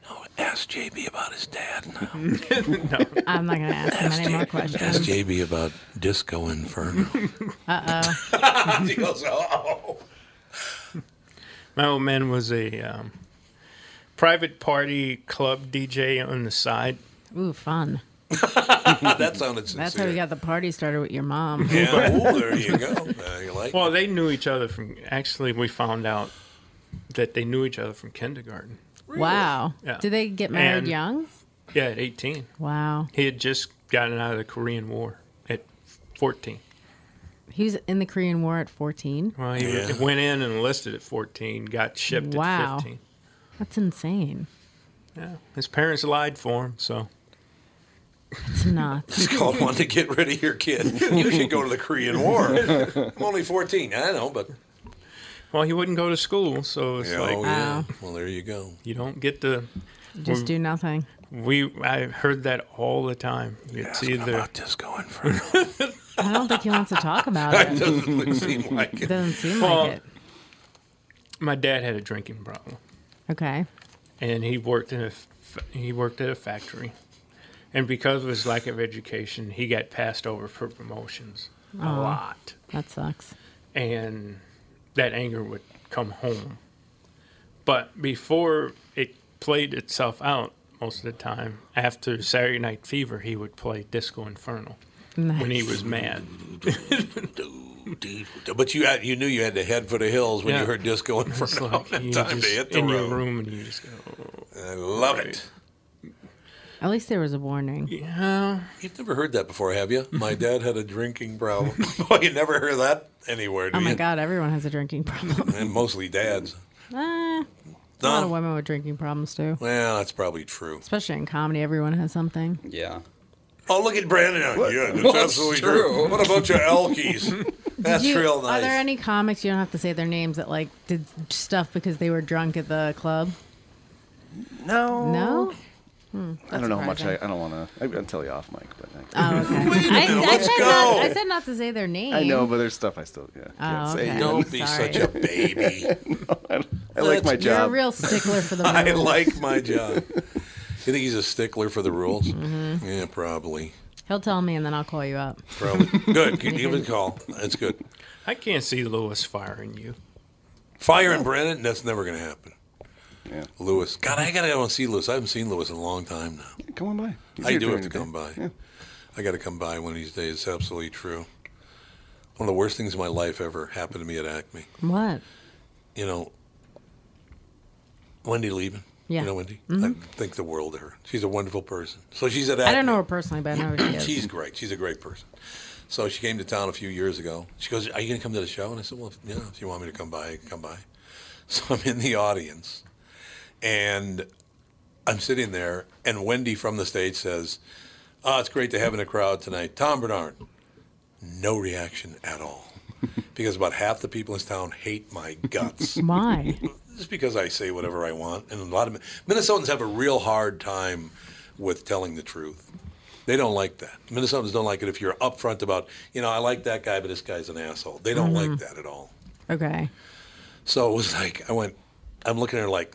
S1: No, ask JB about his dad now.
S2: I'm not gonna ask him any more questions.
S1: Ask JB about Disco Inferno. Uh oh. she goes, oh.
S5: My old man was a um, private party club DJ on the side.
S2: Ooh, fun.
S1: That sounded sincere.
S2: That's how we got the party started with your mom.
S1: Yeah, ooh, there you go. Uh, you like
S5: Well, they knew each other from. Actually, we found out that they knew each other from kindergarten.
S2: Wow.
S5: Yeah.
S2: Did they get married
S5: And-
S2: young?
S5: Yeah, at 18.
S2: Wow.
S5: He had just gotten out of the Korean War at 14.
S2: He was in the Korean War at 14.
S5: Well, he
S1: Yeah.
S5: went in and enlisted at 14, got shipped
S2: Wow.
S5: at 15.
S2: That's insane.
S5: Yeah. His parents lied for him, so
S2: It's nuts.
S1: It's called want to get rid of your kid. You should go to the Korean War. I'm only 14. I know, but
S5: well, he wouldn't go to school, so it's like
S1: oh, yeah.
S2: Wow.
S1: Well, there you go.
S5: you don't get to
S2: Just do nothing.
S5: we I heard that all the time. It's either
S1: about Disco Inferno.
S2: I don't think he wants to talk about
S1: it
S2: it.
S1: doesn't seem like
S2: It
S1: it.
S2: doesn't seem
S5: Well-
S2: like it.
S5: my dad had a drinking problem.
S2: Okay.
S5: and he worked in a f- he worked at a factory, and because of his lack of education, he got passed over for promotions a lot,
S2: That sucks.
S5: and that anger would come home. But before it played itself out, most of the time after Saturday Night Fever, he would play Disco Inferno when he
S1: Hmm.
S5: was mad.
S1: But you had, you knew you had to head for the hills when you
S5: Yeah.
S1: heard Disco
S5: It's
S1: Inferno.
S5: like you
S1: time to
S5: just
S1: hit the
S5: in
S1: road.
S5: your room and you just go,
S1: I love it.
S2: At least there was a warning.
S5: yeah.
S1: You've never heard that before, have you? My dad had a drinking problem. Boy, you never hear that anywhere, do
S2: Oh my
S1: you?
S2: God, everyone has a drinking problem.
S1: And mostly dads.
S2: Ah, a lot of
S1: No?
S2: women with drinking problems too.
S1: Well, that's probably true.
S2: Especially in comedy, everyone has something.
S4: Yeah.
S1: Oh, look at Brandon. Yeah, that's
S4: Well, it's
S1: absolutely true.
S4: true.
S1: What about your Elkies? that's
S2: Do you-
S1: real nice.
S2: Are there any comics you don't have to say their names that like did stuff because they were drunk at the club?
S6: No.
S2: No.
S6: I don't know how much I, I
S2: surprising.
S6: don't want to. I'll tell you off mic, but I,
S2: Oh, okay. I, I
S1: let's
S2: said
S1: go.
S2: Not, I said not to say their names.
S6: I know, but there's stuff I still yeah, can't
S2: Oh,
S6: say.
S2: okay.
S6: yet.
S1: Don't be
S2: Sorry.
S1: such a baby.
S6: I like my
S2: You're a
S6: job.
S2: real stickler for the
S1: I
S2: rules.
S1: like my job. You think he's a stickler for the rules?
S6: Mm-hmm.
S1: Yeah, probably.
S2: He'll tell me, and then I'll call you up.
S1: Probably. Good. Can you give him a call? That's good.
S5: I can't see Lewis firing you.
S1: Fire and Brennan, that's never going to happen.
S6: Yeah.
S1: Lewis. God, I got to go and see Lewis. I haven't seen Lewis in a long time now.
S6: Come on by. He's
S1: I
S6: here
S1: do
S6: during
S1: have to
S6: the
S1: come
S6: day.
S1: by. I got to come by one of these days. It's absolutely true. One of the worst things in my life ever happened to me at Acme.
S2: What?
S1: You know, Wendy Lieben.
S2: Yeah.
S1: You know Wendy?
S6: Mm-hmm.
S1: I think the world of her. She's a wonderful person. So she's at Acme.
S2: I don't know her personally, but I know who she is.
S1: She's great. She's a great person. So she came to town a few years ago. She goes, "Are you going to come to the show?" And I said, "Well, if, yeah, if you want me to come by, I can come by." So I'm in the audience, and I'm sitting there, and Wendy from the stage says, "Oh, it's great to have in the crowd tonight." Tom Bernard, no reaction at all, because about half the people in this town hate my guts
S2: Why?
S1: just because I say whatever I want, and a lot of Minnesotans have a real hard time with telling the truth. They don't like that. Minnesotans don't like it if you're upfront about, you know, I like that guy, but this guy's an asshole. They don't like that at all.
S2: Okay.
S1: So it was like I went, I'm looking at her like,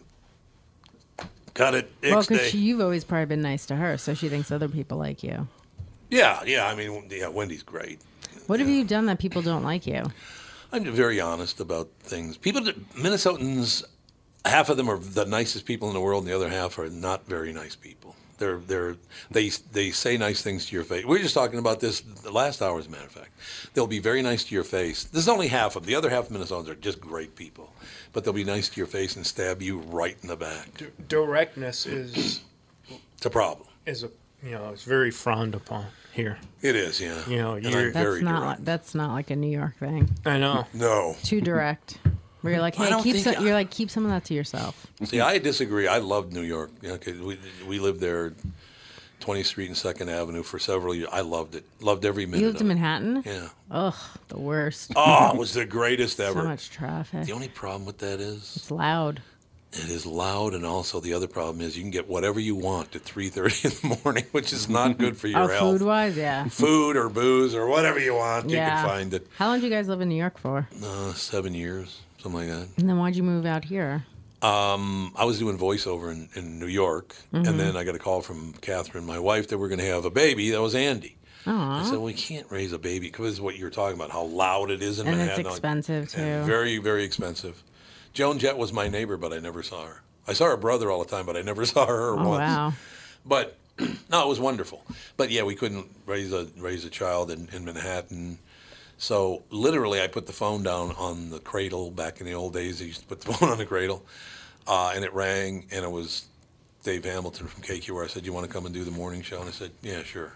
S1: cut it
S2: Well,
S1: next day.
S2: because you've always probably been nice to her, so she thinks other people like you.
S1: yeah, yeah. I mean, yeah, Wendy's great.
S2: What have you done that people don't like you?
S1: I'm very honest about things. People, Minnesotans, half of them are the nicest people in the world, and the other half are not very nice people. They're they're they they say nice things to your face. We were just talking about this the last hour, as a matter of fact. They'll be very nice to your face. This is only half of them. The other half of Minnesotans are just great people, but they'll be nice to your face and stab you right in the back.
S5: D- directness is
S1: It's a problem.
S5: is a you know it's very frowned upon here.
S1: It is, yeah.
S5: You know,
S1: And I'm
S5: you're-
S2: That's
S1: very
S2: not.
S1: direct.
S2: Like, that's not like a New York thing.
S5: I know.
S1: no.
S2: Too direct. Where you're like,
S1: I
S2: hey,
S1: don't
S2: keep
S1: think
S2: some,
S1: I-
S2: you're like, keep some of that to yourself.
S1: See, I disagree. I loved New York. You know, 'cause we we lived there, 20th Street and Second Avenue for several years. I loved it. Loved every minute.
S2: You lived
S1: of
S2: in
S1: it.
S2: Manhattan.
S1: Yeah.
S2: Ugh, the worst.
S1: Oh, it was the greatest ever.
S2: so much traffic.
S1: The only problem with that is
S2: It's loud.
S1: it is loud, and also the other problem is you can get whatever you want at 3:30 in the morning, which is not good for your
S2: Oh,
S1: health.
S2: food wise, yeah.
S1: Food or booze or whatever you want,
S2: yeah.
S1: you can find it.
S2: How long did you guys live in New York for?
S1: Uh, seven years, something like that.
S2: And then why'd you move out here?
S1: I was doing voiceover in, in New York,
S2: Mm-hmm.
S1: and then I got a call from Catherine, my wife, that we're going to have a baby. That was Andy. I said, "We can't raise a baby because what you're talking about, how loud it is in
S2: And it's
S1: Manhattan,
S2: expensive too.
S1: and very, very expensive." Joan Jett was my neighbor, but I never saw her. I saw her brother all the time, but I never saw her
S2: oh
S1: once.
S2: wow.
S1: But no, it was wonderful. But yeah, we couldn't raise a raise a child in, in Manhattan. So literally, I put the phone down on the cradle. Back in the old days, I used to put the phone on the cradle, uh, and it rang, and it was Dave Hamilton from KQR. I said, "You want to come and do the morning show?" And I said, "Yeah, sure."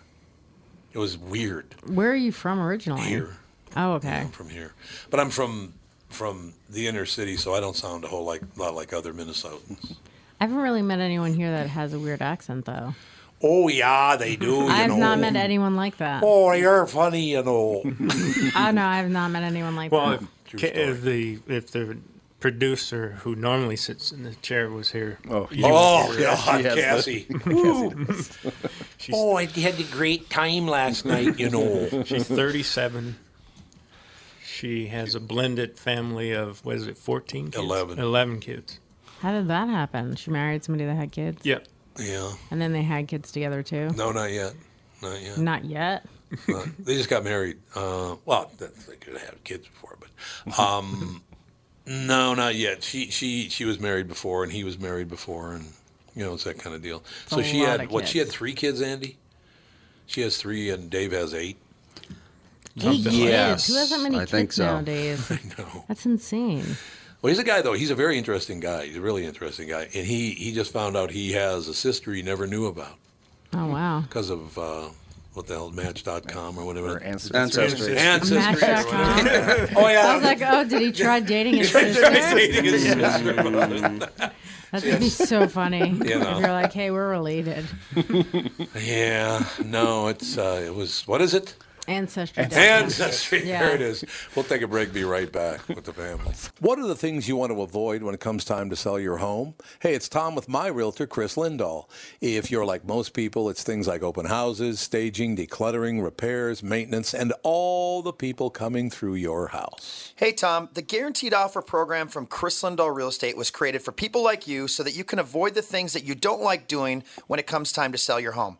S1: It was weird
S2: Where are you from originally?
S1: here.
S2: Oh, okay.
S1: I'm from here, but I'm from from the inner city, so I don't sound a whole like lot like other Minnesotans.
S2: I haven't really met anyone here that has a weird accent, though.
S1: Oh yeah, they do. You
S2: I have
S1: know.
S2: not met anyone like that.
S1: Oh, you're funny, you know.
S2: Oh no, I have not met anyone like
S5: Well,
S2: that.
S5: if, ca- if the if the producer who normally sits in the chair was here,
S6: Oh, he-
S1: oh
S6: she
S1: God,
S6: has the-
S1: Cassie.
S6: Cassie does.
S1: Oh, I had a great time last night, you know.
S5: she's 37. She has a blended family of what is it, 14 kids?
S1: Eleven.
S5: 11 kids.
S2: How did that happen? She married somebody that had kids,
S5: Yep.
S1: Yeah.
S2: and then they had kids together too.
S1: No, not yet. Not yet.
S2: Not yet.
S1: Uh, they just got married. Uh, well, that- they could have had kids before, but um, no, not yet. She she she was married before, and he was married before, and you know it's that kind of deal. so
S2: a
S1: she
S2: lot
S1: had
S2: of
S1: what? She had
S2: kids.
S1: three kids, Andy. She has three, and Dave has eight.
S2: Eight kids.
S4: Yes,
S2: Who has that many
S4: I
S2: kids
S4: think so.
S2: nowadays?
S1: I know.
S2: That's insane.
S1: Well, he's a guy though. He's a very interesting guy. He's a really interesting guy, and he he just found out he has a sister he never knew about
S2: Oh wow.
S1: because of uh, what the hell Match.com or whatever.
S6: Her ancestors.
S4: Ancestry.
S1: Ancestry.
S2: Match.com.
S1: Oh
S2: I
S1: yeah.
S2: was like, oh, did he try dating his sister?
S1: Dating his sister.
S2: That would be so funny.
S1: know.
S2: If you're like, hey, we're related.
S1: Yeah, no, it's uh, it was what is it?
S2: Ancestry.
S1: Ancestry.
S2: Yeah.
S1: There it is. We'll take a break. Be right back with the family. What are the things you want to avoid when it comes time to sell your home? Hey, it's Tom with my realtor, Chris Lindahl. If you're like most people, it's things like open houses, staging, decluttering, repairs, maintenance, and all the people coming through your house.
S7: Hey, Tom, the Guaranteed Offer program from Chris Lindahl Real Estate was created for people like you so that you can avoid the things that you don't like doing when it comes time to sell your home.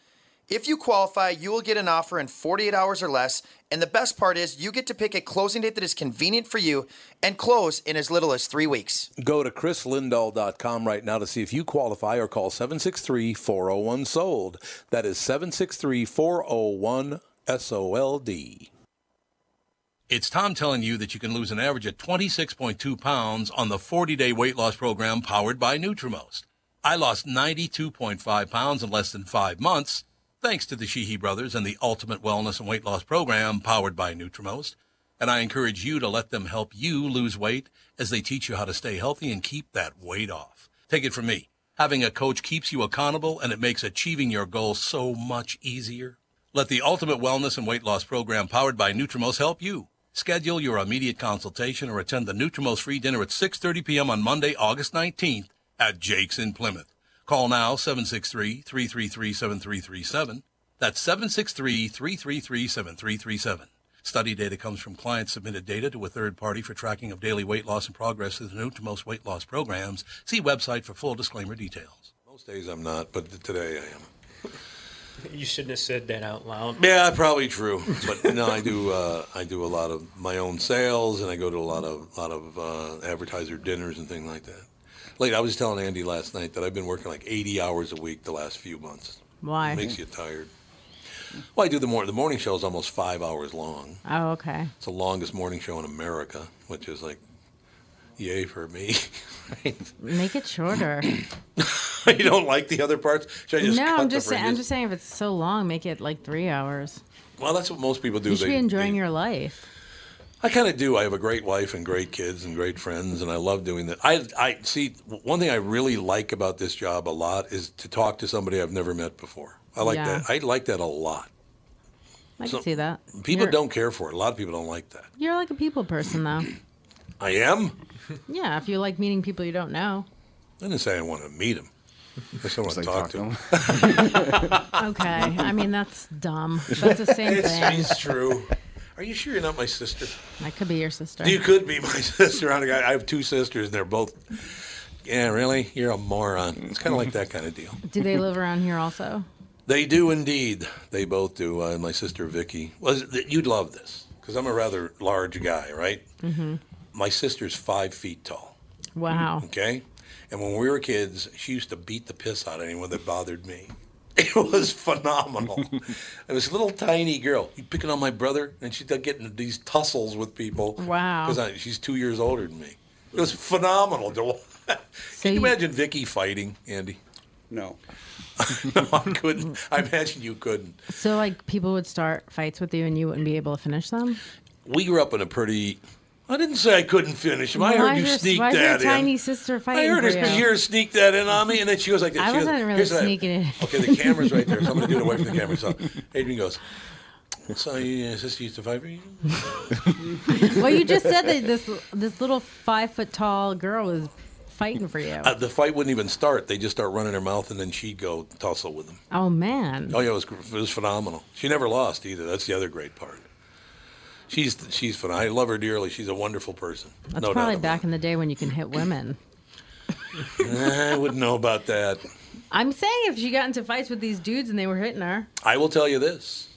S7: If you qualify, you will get an offer in 48 hours or less. And the best part is, you get to pick a closing date that is convenient for you and close in as little as three weeks.
S1: Go to chrislindahl.com right now to see if you qualify or call 763 401 SOLD. That is 763 401 SOLD. It's Tom telling you that you can lose an average of 26.2 pounds on the 40 day weight loss program powered by Nutrimost. I lost 92.5 pounds in less than five months thanks to the Sheehy brothers and the Ultimate Wellness and Weight Loss Program powered by Nutrimost. And I encourage you to let them help you lose weight as they teach you how to stay healthy and keep that weight off. Take it from me. Having a coach keeps you accountable and it makes achieving your goals so much easier. Let the Ultimate Wellness and Weight Loss Program powered by Nutrimos help you. Schedule your immediate consultation or attend the Nutrimos free dinner at 6:30 p.m. on Monday, August 19th at Jake's in Plymouth. Call now 763-333-7337. That's 763-333-7337. Study data comes from clients submitted data to a third party for tracking of daily weight loss and progress through the Nutrimos weight loss programs. See website for full disclaimer details. Most days I'm not, but today I am.
S5: You shouldn't have said that out loud.
S1: Yeah, probably true. But no, I do. Uh, I do a lot of my own sales, and I go to a lot of lot of uh, advertiser dinners and things like that. Like I was telling Andy last night that I've been working like 80 hours a week the last few months.
S2: Why?
S1: It makes you tired. Well, I do the morning. The morning show is almost five hours long.
S2: Oh, okay.
S1: It's the longest morning show in America, which is like, yay for me.
S2: Make it shorter.
S1: you don't like the other parts? Should I just
S2: no,
S1: cut
S2: I'm
S1: the
S2: just saying. I'm
S1: previous-
S2: just saying if it's so long, make it like three hours.
S1: Well, that's what most people do.
S2: You should
S1: They-
S2: be enjoying
S1: they-
S2: your life.
S1: I kind of do. I have a great wife and great kids and great friends, and I love doing that. I, I see one thing I really like about this job a lot is to talk to somebody I've never met before. I like
S2: Yeah.
S1: that. I like that a lot.
S2: I
S1: So-
S2: can see that.
S1: People
S2: You're-
S1: don't care for it. A lot of people don't like that.
S2: You're like a people person, though.
S1: I am.
S2: yeah, if you like meeting people you don't know.
S1: I didn't say I want to meet them. I just want
S6: It's
S1: to talk
S6: like talk
S1: to them.
S2: Okay, I mean that's dumb. That's the same thing.
S1: It's true. Are you sure you're not my sister?
S2: I could be your sister.
S1: You could be my sister. I I have two sisters, and they're both. Yeah, really? You're a moron. It's kind of like that kind of deal.
S2: Do they live around here also?
S1: They do indeed. They both do. Uh, my sister Vicky was. You'd love this because I'm a rather large guy, right?
S2: hmm
S1: My sister's five feet tall.
S2: Wow.
S1: Okay. And when we were kids, she used to beat the piss out of anyone that bothered me. It was phenomenal. I was a little tiny girl. You picking on my brother, and she'd get into these tussles with people.
S2: Wow.
S1: Because she's two years older than me. It was phenomenal. To watch. Can you imagine Vicky fighting, Andy?
S4: No.
S1: no, I couldn't. I imagine you couldn't.
S2: So like people would start fights with you and you wouldn't be able to finish them?
S1: We grew up in a pretty. I didn't say I couldn't finish him. I
S2: Why
S1: heard you
S2: is your-
S1: sneak
S2: why is your
S1: that in.
S2: tiny sister
S1: I
S2: fighting
S1: heard
S2: for
S1: her,
S2: you?
S1: her sneak that in on me, and then she goes like this.
S2: I
S1: She goes,
S2: wasn't really
S1: "Here's what I-"
S2: sneaking it.
S1: Okay, the camera's right there, so I'm going to do it away from the camera. So Adrian goes, so your sister used to fight for you?
S2: well, you just said that this this little five foot tall girl was fighting for you.
S1: Uh, the fight wouldn't even start. They just start running her mouth, and then she'd go tussle with them.
S2: oh man.
S1: Oh yeah, it was, it was phenomenal. She never lost either. That's the other great part. She's she's phenomenal. I love her dearly. She's a wonderful person.
S2: That's
S1: no
S2: probably
S1: doubt.
S2: back in the day when you can hit women.
S1: about it. I wouldn't know about that.
S2: I'm saying if she got into fights with these dudes and they were hitting her.
S1: I will tell you this.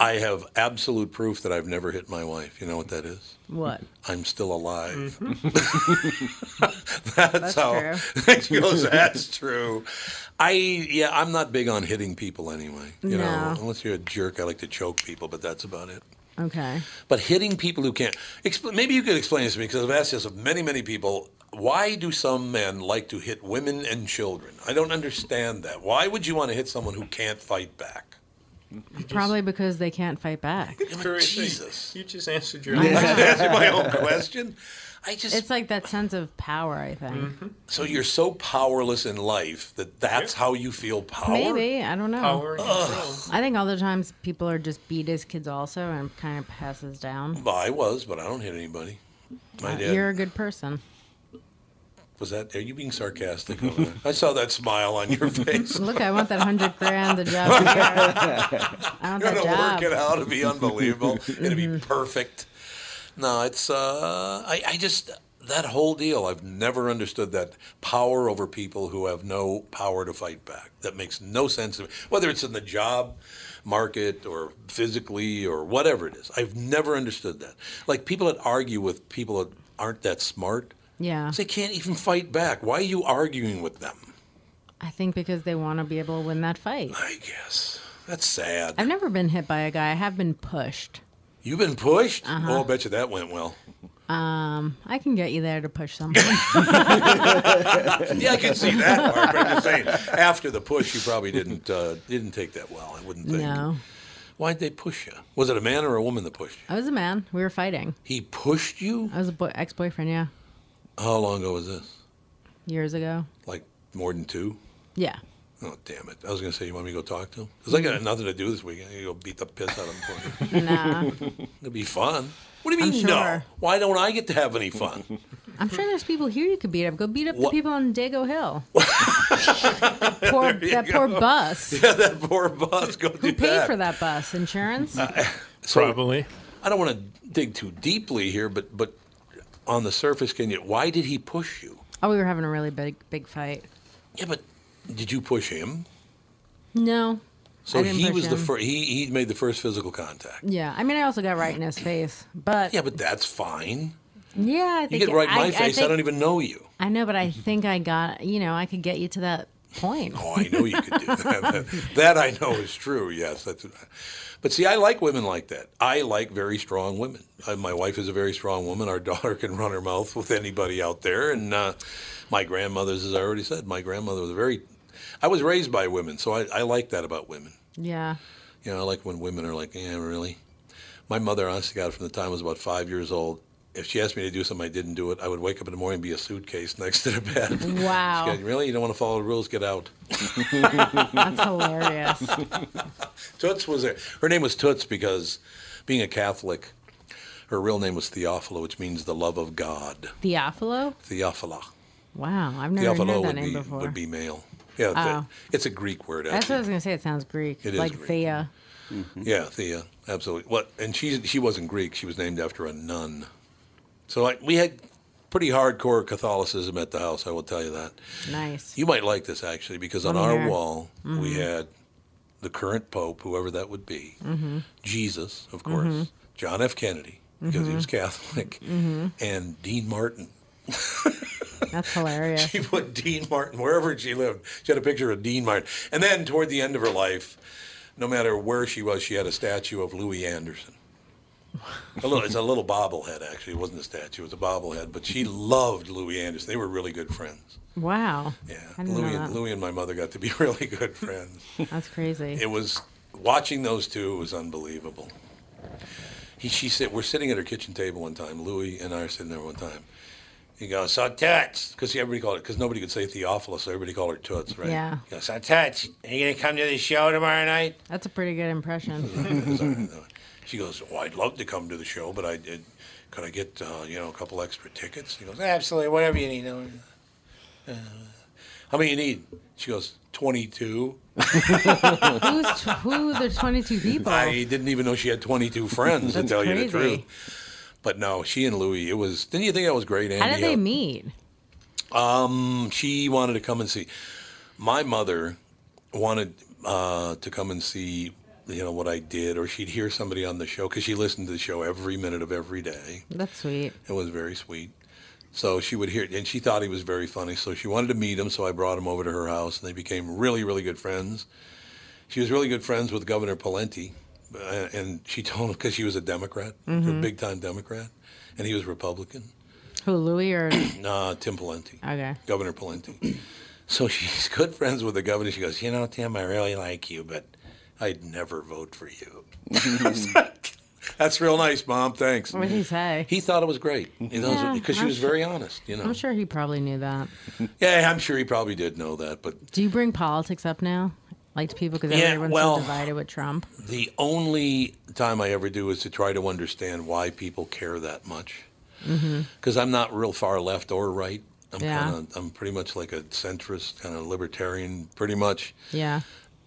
S1: I have absolute proof that I've never hit my wife. You know what that is?
S2: What?
S1: I'm still alive.
S2: That's
S1: that's, how
S2: Mm-hmm. true.
S1: she goes. That's true. I yeah, I'm not big on hitting people anyway. You
S2: No.
S1: know, unless you're a jerk, I like to choke people, but that's about it.
S2: Okay.
S1: But hitting people who can't expl- maybe you could explain this to me because I've asked this of many many people. Why do some men like to hit women and children? I don't understand that. Why would you want to hit someone who can't fight back?
S2: Probably because they can't fight back.
S1: Jesus.
S5: You just answered your
S1: I
S5: own
S1: just answered my own
S5: question.
S1: question. I just
S2: It's like that sense of power, I think.
S1: So you're so powerless in life that that's how you feel power.
S2: Maybe. I don't know.
S1: Power and Ugh. control.
S2: I think all the times people are just beat as kids also and kind of passes down.
S1: Well, I was, but I don't hit anybody. My
S2: Uh,
S1: dad
S2: You're a good person.
S1: was that. Are you being sarcastic? Over there? I saw that smile on your face.
S2: Look, I want that hundred grand. The job. I want
S1: You're
S2: that
S1: gonna
S2: job.
S1: work it out. It'd be unbelievable. It'd be perfect. No, it's. Uh, I, I just that whole deal. I've never understood that power over people who have no power to fight back. That makes no sense. to me. Whether it's in the job market or physically or whatever it is, I've never understood that. Like people that argue with people that aren't that smart.
S2: Yeah.
S1: They can't even fight back. Why are you arguing with them?
S2: I think because they want to be able to win that fight.
S1: I guess that's sad.
S2: I've never been hit by a guy. I have been pushed.
S1: You've been pushed.
S2: Uh-huh.
S1: Oh, I bet you that went well.
S2: Um, I can get you there to push someone.
S1: yeah, I can see that part. But I'm just saying, after the push, you probably didn't uh, didn't take that well. I wouldn't think.
S2: no,
S1: Why'd they push you? Was it a man or a woman that pushed you?
S2: I was a man. We were fighting.
S1: He pushed you.
S2: I was a boy- ex-boyfriend. Yeah,
S1: How long ago was this?
S2: years ago.
S1: Like more than two?
S2: Yeah.
S1: Oh damn it! I was gonna say you want me to go talk to him because I
S2: Mm-hmm.
S1: got nothing to do this weekend. You go beat the piss out of him. For me.
S2: Nah.
S1: It'll be fun. What do you
S2: I'm
S1: mean no?
S2: sure.
S1: Why don't I get to have any fun?
S2: I'm sure there's people here you could beat up. Go beat up
S1: What-
S2: the people on Dago Hill. poor, that poor bus.
S1: Yeah, that poor bus. Go do
S2: Who paid
S1: that. Uh,
S2: for that bus? Insurance?
S1: Probably. I don't want to dig too deeply here, but but on the surface, can you? Why did he push you?
S2: oh, we were having a really big, big fight.
S1: Yeah, but did you push him?
S2: No.
S1: So
S2: I didn't
S1: he
S2: push
S1: was the
S2: him.
S1: first. He he made the first physical contact.
S2: Yeah, I mean, I also got right in his face, but
S1: Yeah, but that's fine.
S2: yeah, I
S1: You
S2: think
S1: get right in my
S2: I,
S1: face. I,
S2: I, think,
S1: don't even know you.
S2: I know, but I think I got. You know, I could get you to that point.
S1: Oh, I know you could do that. that I know is true. Yes, that's. But see, I like women like that. I like very strong women. I, my wife is a very strong woman. Our daughter can run her mouth with anybody out there, and uh, my grandmother's, as I already said, my grandmother was a very. I was raised by women, so I, I like that about women.
S2: Yeah.
S1: You know, I like when women are like, yeah, really? My mother, honest to God, from the time I was about five years old, if she asked me to do something I didn't do it, I would wake up in the morning and be a suitcase next to the bed. She
S2: Wow.
S1: goes, really? You don't want to follow the rules? Get out.
S2: That's hilarious.
S1: Toots was there. Her name was Toots because being a Catholic, her real name was Theophila, which means the love of God.
S2: Theophilo?
S1: Theophila.
S2: Wow, I've never
S1: Theophilo
S2: heard that
S1: would
S2: name
S1: be,
S2: before.
S1: would be male. Yeah,
S2: Oh.
S1: the- it's a Greek word.
S2: That's what I
S1: Actually.
S2: was gonna say. It sounds Greek,
S1: It is
S2: like
S1: Greek.
S2: Thea.
S1: Yeah, Thea, absolutely. What? And she she wasn't Greek. She was named after a nun. So like we had pretty hardcore Catholicism at the house. I will tell you that.
S2: Nice.
S1: You might like this actually because on
S2: Let me
S1: our
S2: hear.
S1: wall we
S2: Mhm.
S1: had the current pope, whoever that would be,
S2: Mhm.
S1: Jesus, of course,
S2: Mhm.
S1: John F. Kennedy because he was
S2: Mhm.
S1: Catholic,
S2: Mhm.
S1: and Dean Martin.
S2: That's hilarious.
S1: She put Dean Martin wherever she lived. She had a picture of Dean Martin. And then toward the end of her life, no matter where she was, she had a statue of Louis Anderson. A little, it's a little bobblehead, actually. It wasn't a statue, it was a bobblehead. But she loved Louis Anderson. They were really good friends.
S2: Wow. Yeah. I didn't
S1: Louis,
S2: know
S1: and,
S2: that.
S1: Louis and my mother got to be really good friends.
S2: That's crazy.
S1: It was watching those two was unbelievable. He, she said, we're sitting at her kitchen table one time. Louis and I are sitting there one time. He goes, so Toots, because everybody called it, because nobody could say Theophilus, so everybody called her Toots, right?
S2: Yeah.
S1: He goes, so Toots, are you going to come to the show tomorrow night?
S2: That's a pretty good impression.
S1: It was all right, though. she goes, well, I'd love to come to the show, but I did. Could I get, uh, you know, a couple extra tickets? He goes, absolutely, whatever you need. Uh, how many you need? She goes, 22.
S2: Who's t- who? There's 22 people.
S1: I didn't even know she had 22 friends, to
S2: That's
S1: tell you the
S2: crazy.
S1: truth. But no, she and Louis, it was. Didn't you think that was great, Andy?
S2: How did they meet?
S1: Um, she wanted to come and see. My mother wanted uh, to come and see, you know, what I did, or she'd hear somebody on the show because she listened to the show every minute of every day.
S2: That's sweet.
S1: It was very sweet. So she would hear, and she thought he was very funny. So she wanted to meet him. So I brought him over to her house, and they became really, really good friends. She was really good friends with Governor Palenti, uh, and she told him because she was a Democrat, a
S2: Mhm.
S1: big time Democrat, and he was Republican.
S2: Who, Louis or?
S1: Uh, Tim Palenti,
S2: Okay.
S1: Governor Palenti. So she's good friends with the governor. She goes, you know, Tim, I really like you, but I'd never vote for you. I was like, That's real nice, Mom. Thanks.
S2: What did he say?
S1: He thought it was great. You know,
S2: Yeah,
S1: because she
S2: I'm
S1: was
S2: sure-
S1: very honest, you know.
S2: I'm sure he probably knew that.
S1: Yeah, I'm sure he probably did know that, but
S2: Do you bring politics up now? Like to people because
S1: Yeah,
S2: everyone's
S1: well-
S2: so divided with Trump.
S1: the only time I ever do is to try to understand why people care that much.
S2: Mm-hmm.
S1: Because I'm not real far left or right. I'm
S2: Yeah.
S1: kind of I'm pretty much like a centrist, kind of libertarian, pretty much.
S2: Yeah.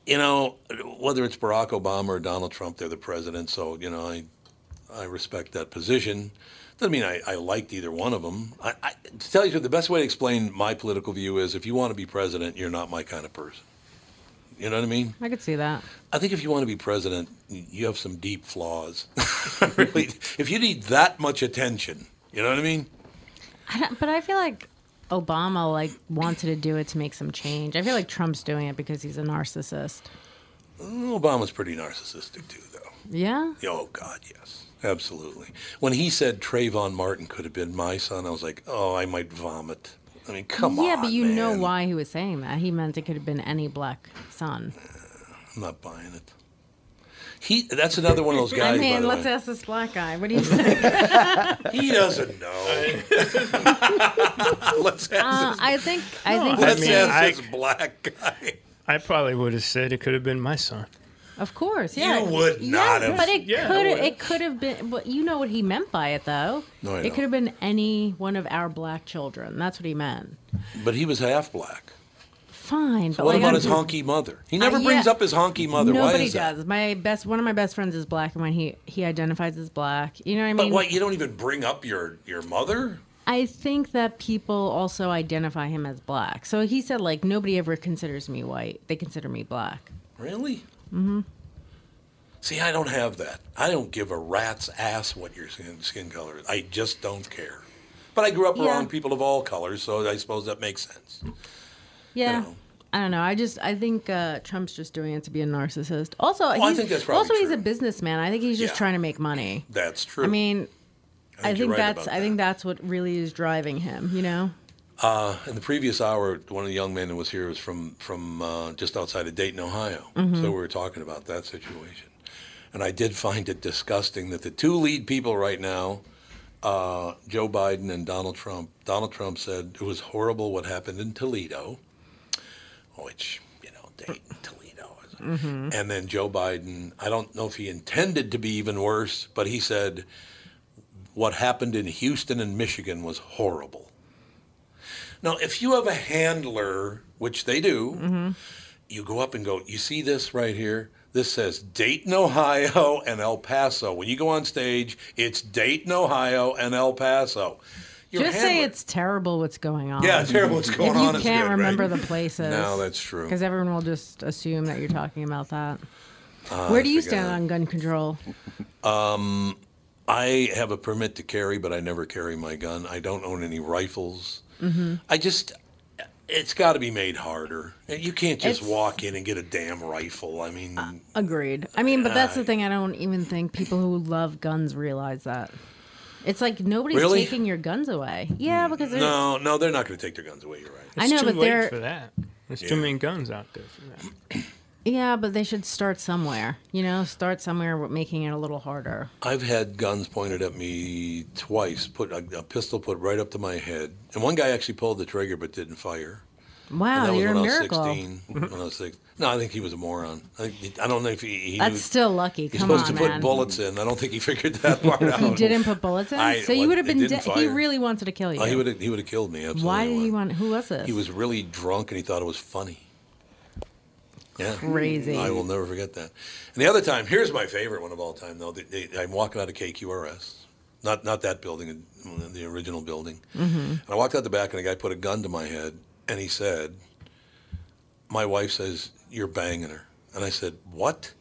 S1: You know, whether it's Barack Obama or Donald Trump, they're the president, so you know I I respect that position. Doesn't mean I, I liked either one of them. I, I, to tell you the truth, the best way to explain my political view is if you want to be president, you're not my kind of person. You know what I mean?
S2: I could see that.
S1: I think if you want to be president, you have some deep flaws. really, if you need that much attention, you know what I mean?
S2: I don't, but I feel like Obama like wanted to do it to make some change. I feel like Trump's doing it because he's a narcissist.
S1: Obama's pretty narcissistic too,
S2: Yeah.
S1: though. Oh God, yes, absolutely. When he said Trayvon Martin could have been my son, I was like, oh, I might vomit. I mean, come on.
S2: yeah, but you know
S1: man.
S2: why he was saying that. He meant it could have been any black son.
S1: I'm not buying it. He. That's another one of those guys. by
S2: I mean,
S1: the
S2: let's
S1: way.
S2: ask this black guy. What do you think?
S1: He doesn't know. let's ask
S2: Uh,
S1: this.
S2: I think I think
S1: let's
S5: I mean,
S1: ask
S5: I-
S1: this black guy.
S5: I probably would have said it could have been my son.
S2: of course, yeah.
S1: You would not
S2: yeah,
S1: have-
S2: But it
S5: Yeah, I
S2: could
S5: would.
S2: it could have been but you know what he meant by it though.
S1: No, I
S2: it
S1: don't.
S2: could have been any one of our black children. That's what he meant.
S1: But he was half black.
S2: Fine, but
S1: what
S2: like,
S1: about
S2: I'm
S1: his
S2: just-
S1: honky mother? He never
S2: Oh, Uh, yeah.
S1: brings up his honky mother.
S2: Nobody
S1: Why is that?
S2: does. My best one of my best friends is black, and when he he identifies as black, you know what I
S1: But
S2: mean.
S1: what? You don't even bring up your your mother?
S2: I think that people also identify him as black. So he said like nobody ever considers me white; they consider me black.
S1: Really?
S2: Mm-hmm.
S1: See, I don't have that. I don't give a rat's ass what your skin, skin color is. I just don't care. But I grew up
S2: Yeah.
S1: around people of all colors, so I suppose that makes sense.
S2: Yeah. I don't know. I just I think uh, Trump's just doing it to be a narcissist. Also,
S1: I
S2: he's,
S1: think that's probably
S2: also he's a businessman. I think he's just
S1: Yeah.
S2: trying to make money.
S1: That's true.
S2: I
S1: I
S2: mean,
S1: think
S2: I think,
S1: you're right
S2: that's
S1: about
S2: I think that's what really is driving him. You know.
S1: Uh, in the previous hour, one of the young men that was here was from from uh, just outside of Dayton, Ohio.
S2: Mhm.
S1: So we were talking about that situation, and I did find it disgusting that the two lead people right now, uh, Joe Biden and Donald Trump. Donald Trump said it was horrible what happened in Toledo, which you know Dayton, Toledo,
S8: Mm-hmm.
S1: and then Joe Biden. I don't know if he intended to be even worse, but he said what happened in Houston and Michigan was horrible. Now, if you have
S2: Mm-hmm.
S1: a handler, which they do, you go up and go, you see this right here? This says Dayton, Ohio, and El Paso. When you go on stage, it's Dayton, Ohio, and El Paso. Your
S2: Just
S1: handler-
S2: say it's terrible what's going on.
S1: Yeah, terrible what's going
S2: if
S1: on
S2: You
S1: is
S2: can't
S1: good, right?
S2: remember the places.
S1: No, that's true.
S2: Because everyone will just assume that you're talking about that.
S1: Ah, I
S2: Where do you
S1: forgot.
S2: stand on gun control?
S1: Um, I have a permit to carry, but I never carry my gun. I don't own any rifles.
S2: Mhm.
S1: I just, it's got to be made harder. You can't just
S2: It's- Uh,
S1: walk in and get a damn rifle. I mean,
S2: Agreed. I mean, but that's the
S1: I-
S2: thing. I don't even think people who love guns realize that. It's like nobody's
S1: Really? Mm.
S2: taking your guns away. Yeah, because there's
S1: no, no, they're not going to take their guns away. You're right.
S2: I know,
S5: too
S2: but
S5: late
S2: they're-
S5: for that. There's too many guns out there for that.
S2: yeah, but they should start somewhere. You know, start somewhere with making it a little harder.
S1: I've had guns pointed at me twice, put a, a pistol put right up to my head, and one guy actually pulled the trigger but didn't fire. and
S2: Wow,
S1: that was
S2: Oh, you're
S1: when
S2: a
S1: I was
S2: miracle.
S1: 16. when I was six. No, I think he was a moron. I, think, I don't know if he. he
S2: That's
S1: knew-
S2: still lucky.
S1: He's
S2: Come
S1: supposed
S2: on,
S1: to put
S2: man.
S1: bullets in. I don't think he figured that part out.
S2: He didn't put bullets in,
S1: I-
S2: so you
S1: well,
S2: would have
S1: it
S2: been
S1: didn't
S2: dead. He
S1: fire.
S2: really wanted to kill you.
S1: Oh, he would have. He would have killed me. Absolutely.
S2: Why did he want? Who was this?
S1: He was really drunk and he thought it was funny. Yeah.
S2: Crazy.
S1: I will never forget that. And the other time, here's my favorite one of all time, though. They- they- I'm walking out of KQRS, not not that building, the original building.
S8: Mhm.
S1: And I walked out the back, and a guy put a gun to my head, and he said, "My wife says you're banging her." And I said, "What?"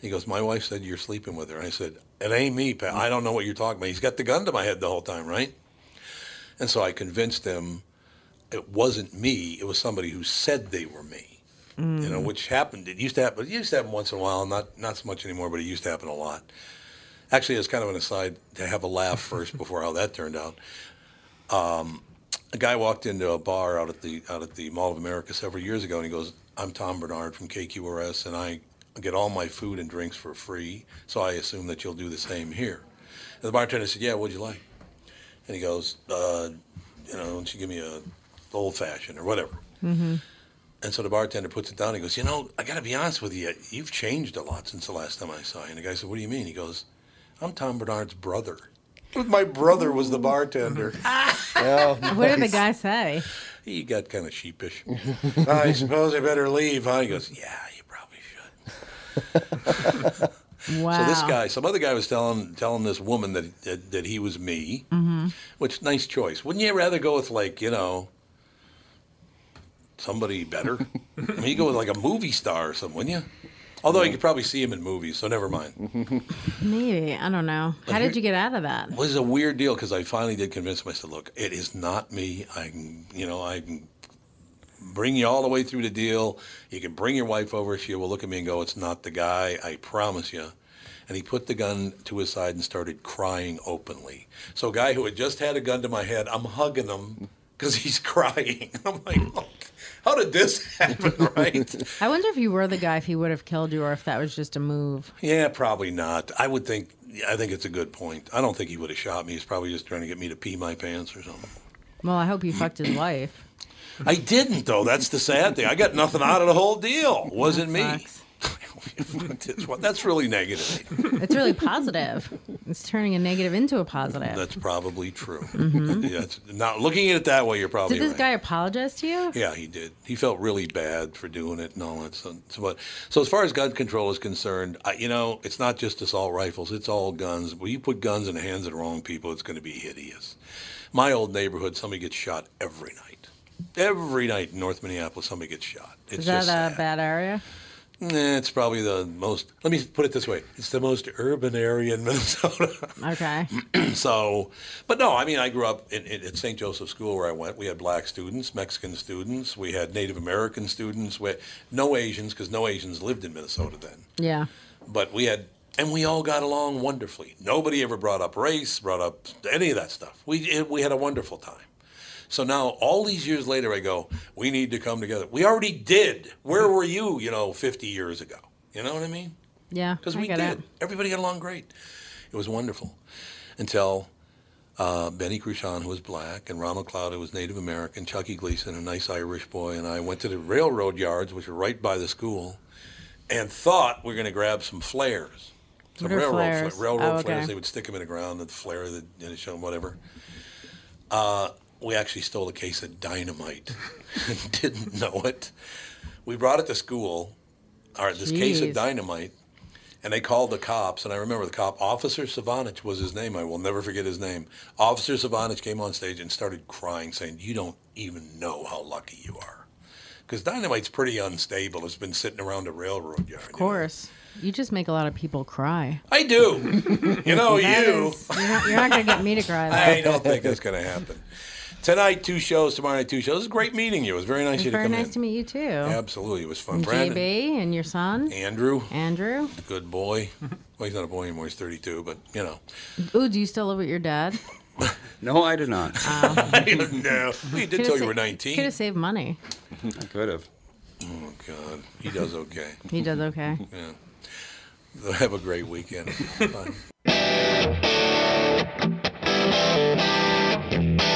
S1: He goes, "My wife said you're sleeping with her." And I said, "It ain't me, pal. I don't know what you're talking about." He's got the gun to my head the whole time, right? And so I convinced him it wasn't me; it was somebody who said they were me you know, which happened. It used to happen. It used to happen once in a while, not not so much anymore, but it used to happen a lot. Actually, it's kind of an aside to have a laugh first before how that turned out. Um, a guy walked into a bar out at the out at the Mall of America several years ago, and he goes, "I'm Tom Bernard from KQRS, and I get all my food and drinks for free, so I assume that you'll do the same here." And the bartender said, "Yeah, what'd you like?" And he goes, uh, "You know, don't you give me a old fashioned or whatever."
S8: Mm-hmm.
S1: And so the bartender puts it down. He goes, You know, I got to be honest with you. You've changed a lot since the last time I saw you. And the guy said, What do you mean? He goes, I'm Tom Bernard's brother. My brother was the bartender.
S2: What did the guy say?
S1: He got kind of sheepish. I suppose I better leave, huh? He goes, Yeah, you probably should.
S2: Wow.
S1: So this guy, some other guy was telling telling this woman that that, that he was me,
S2: Mhm.
S1: which nice choice. Wouldn't you rather go with like you know somebody better? I mean, you go with like a movie star or something, wouldn't you? Although you could probably see him in movies, so never mind.
S2: Maybe I don't know. How did you get out of that?
S1: It was a weird deal because I finally did convince him. I said, "Look, it is not me. I can, you know, I can bring you all the way through the deal. You can bring your wife over. She will look at me and go, "It's not the guy. I promise you." And he put the gun to his side and started crying openly. So, a guy who had just had a gun to my head, I'm hugging him because he's crying. I'm like, "Look, how did this happen?" Right?
S2: I wonder if you were the guy if he would have killed you or if that was just a move.
S1: Yeah, probably not. I would think. I think it's a good point. I don't think he would have shot me. He's probably just trying to get me to pee my pants or something.
S2: Well, I hope you fucked his wife.
S1: I didn't though. That's the sad thing. I got nothing out of the whole deal. Wasn't me. That's really negative.
S2: It's really positive. It's turning a negative into a positive.
S1: That's probably true.
S2: Mhm.
S1: Yeah, it's- now looking at it that way, you're probably
S2: Did this
S1: right.
S2: guy apologize to you?
S1: Yeah, he did. He felt really bad for doing it and all that. So, so, but, so as far as gun control is concerned, I, you know, it's not just assault rifles; it's all guns. When you put guns in the hands of the wrong people, it's going to be hideous. My old neighborhood, somebody gets shot every night. Every night in North Minneapolis, somebody gets shot. It's
S2: Is that
S1: just
S2: a bad
S1: Nah,
S2: area?
S1: Eh, it's probably the most. Let me put it this way: it's the most urban area in Minnesota.
S2: Okay.
S1: so, but no, I mean, I grew up in, in, at St. Joseph's School where I went. We had black students, Mexican students, we had Native American students. We no Asians because no Asians lived in Minnesota then.
S2: Yeah.
S1: But we had, and we all got along wonderfully. Nobody ever brought up race, brought up any of that stuff. We it, we had a wonderful time. So now, all these years later, I go, we need to come together. We already did. Where were you, you know, 50 years ago? You know what I mean?
S2: Yeah.
S1: Because
S2: I
S1: we
S2: get
S1: did.
S2: it.
S1: Everybody got along great. It was wonderful until uh, Benny Cruchon, who was black, and Ronald Cloud, who was Native American, Chucky Gleason, a nice Irish boy, and I went to the railroad yards, which were right by the school, and thought we are going to grab some flares. Some
S8: What are
S1: railroad
S8: flares?
S1: fla- railroad
S8: Oh, okay.
S1: flares. They would stick them in the ground and flare the in the show whatever. Uh, we actually stole a case of dynamite and didn't know it. We brought it to school All right, this case of
S2: Jeez.
S1: dynamite, and they called the cops. And I remember the cop, Officer Savanich was his name. I will never forget his name. Officer Savanich came on stage and started crying, saying, "You don't even know how lucky you are." Because dynamite's pretty unstable. It's been sitting around a railroad yard.
S2: Of course. You just make a lot of people cry.
S1: I do. you know
S2: That
S1: you.
S2: is- you're not, you're not gonna get me to cry. though.
S1: I don't think that's going to happen. Tonight, two shows. Tomorrow night, two shows. It was great meeting you. It was very nice of you to
S2: Very
S1: come
S2: nice
S1: in.
S2: to meet you too.
S1: Absolutely, it was fun.
S2: And
S1: Brandon,
S2: JB and your son
S1: Andrew,
S2: Andrew.
S1: good boy. Well, he's not a boy anymore. He's 32, but you know.
S2: Ooh, do you still live with your dad?
S4: No, I do not.
S1: no, he did tell you were
S2: Could
S1: 19.
S2: have saved money.
S4: I could have.
S1: Oh God, he does okay.
S2: He does okay.
S1: Yeah. Have a great weekend. Bye.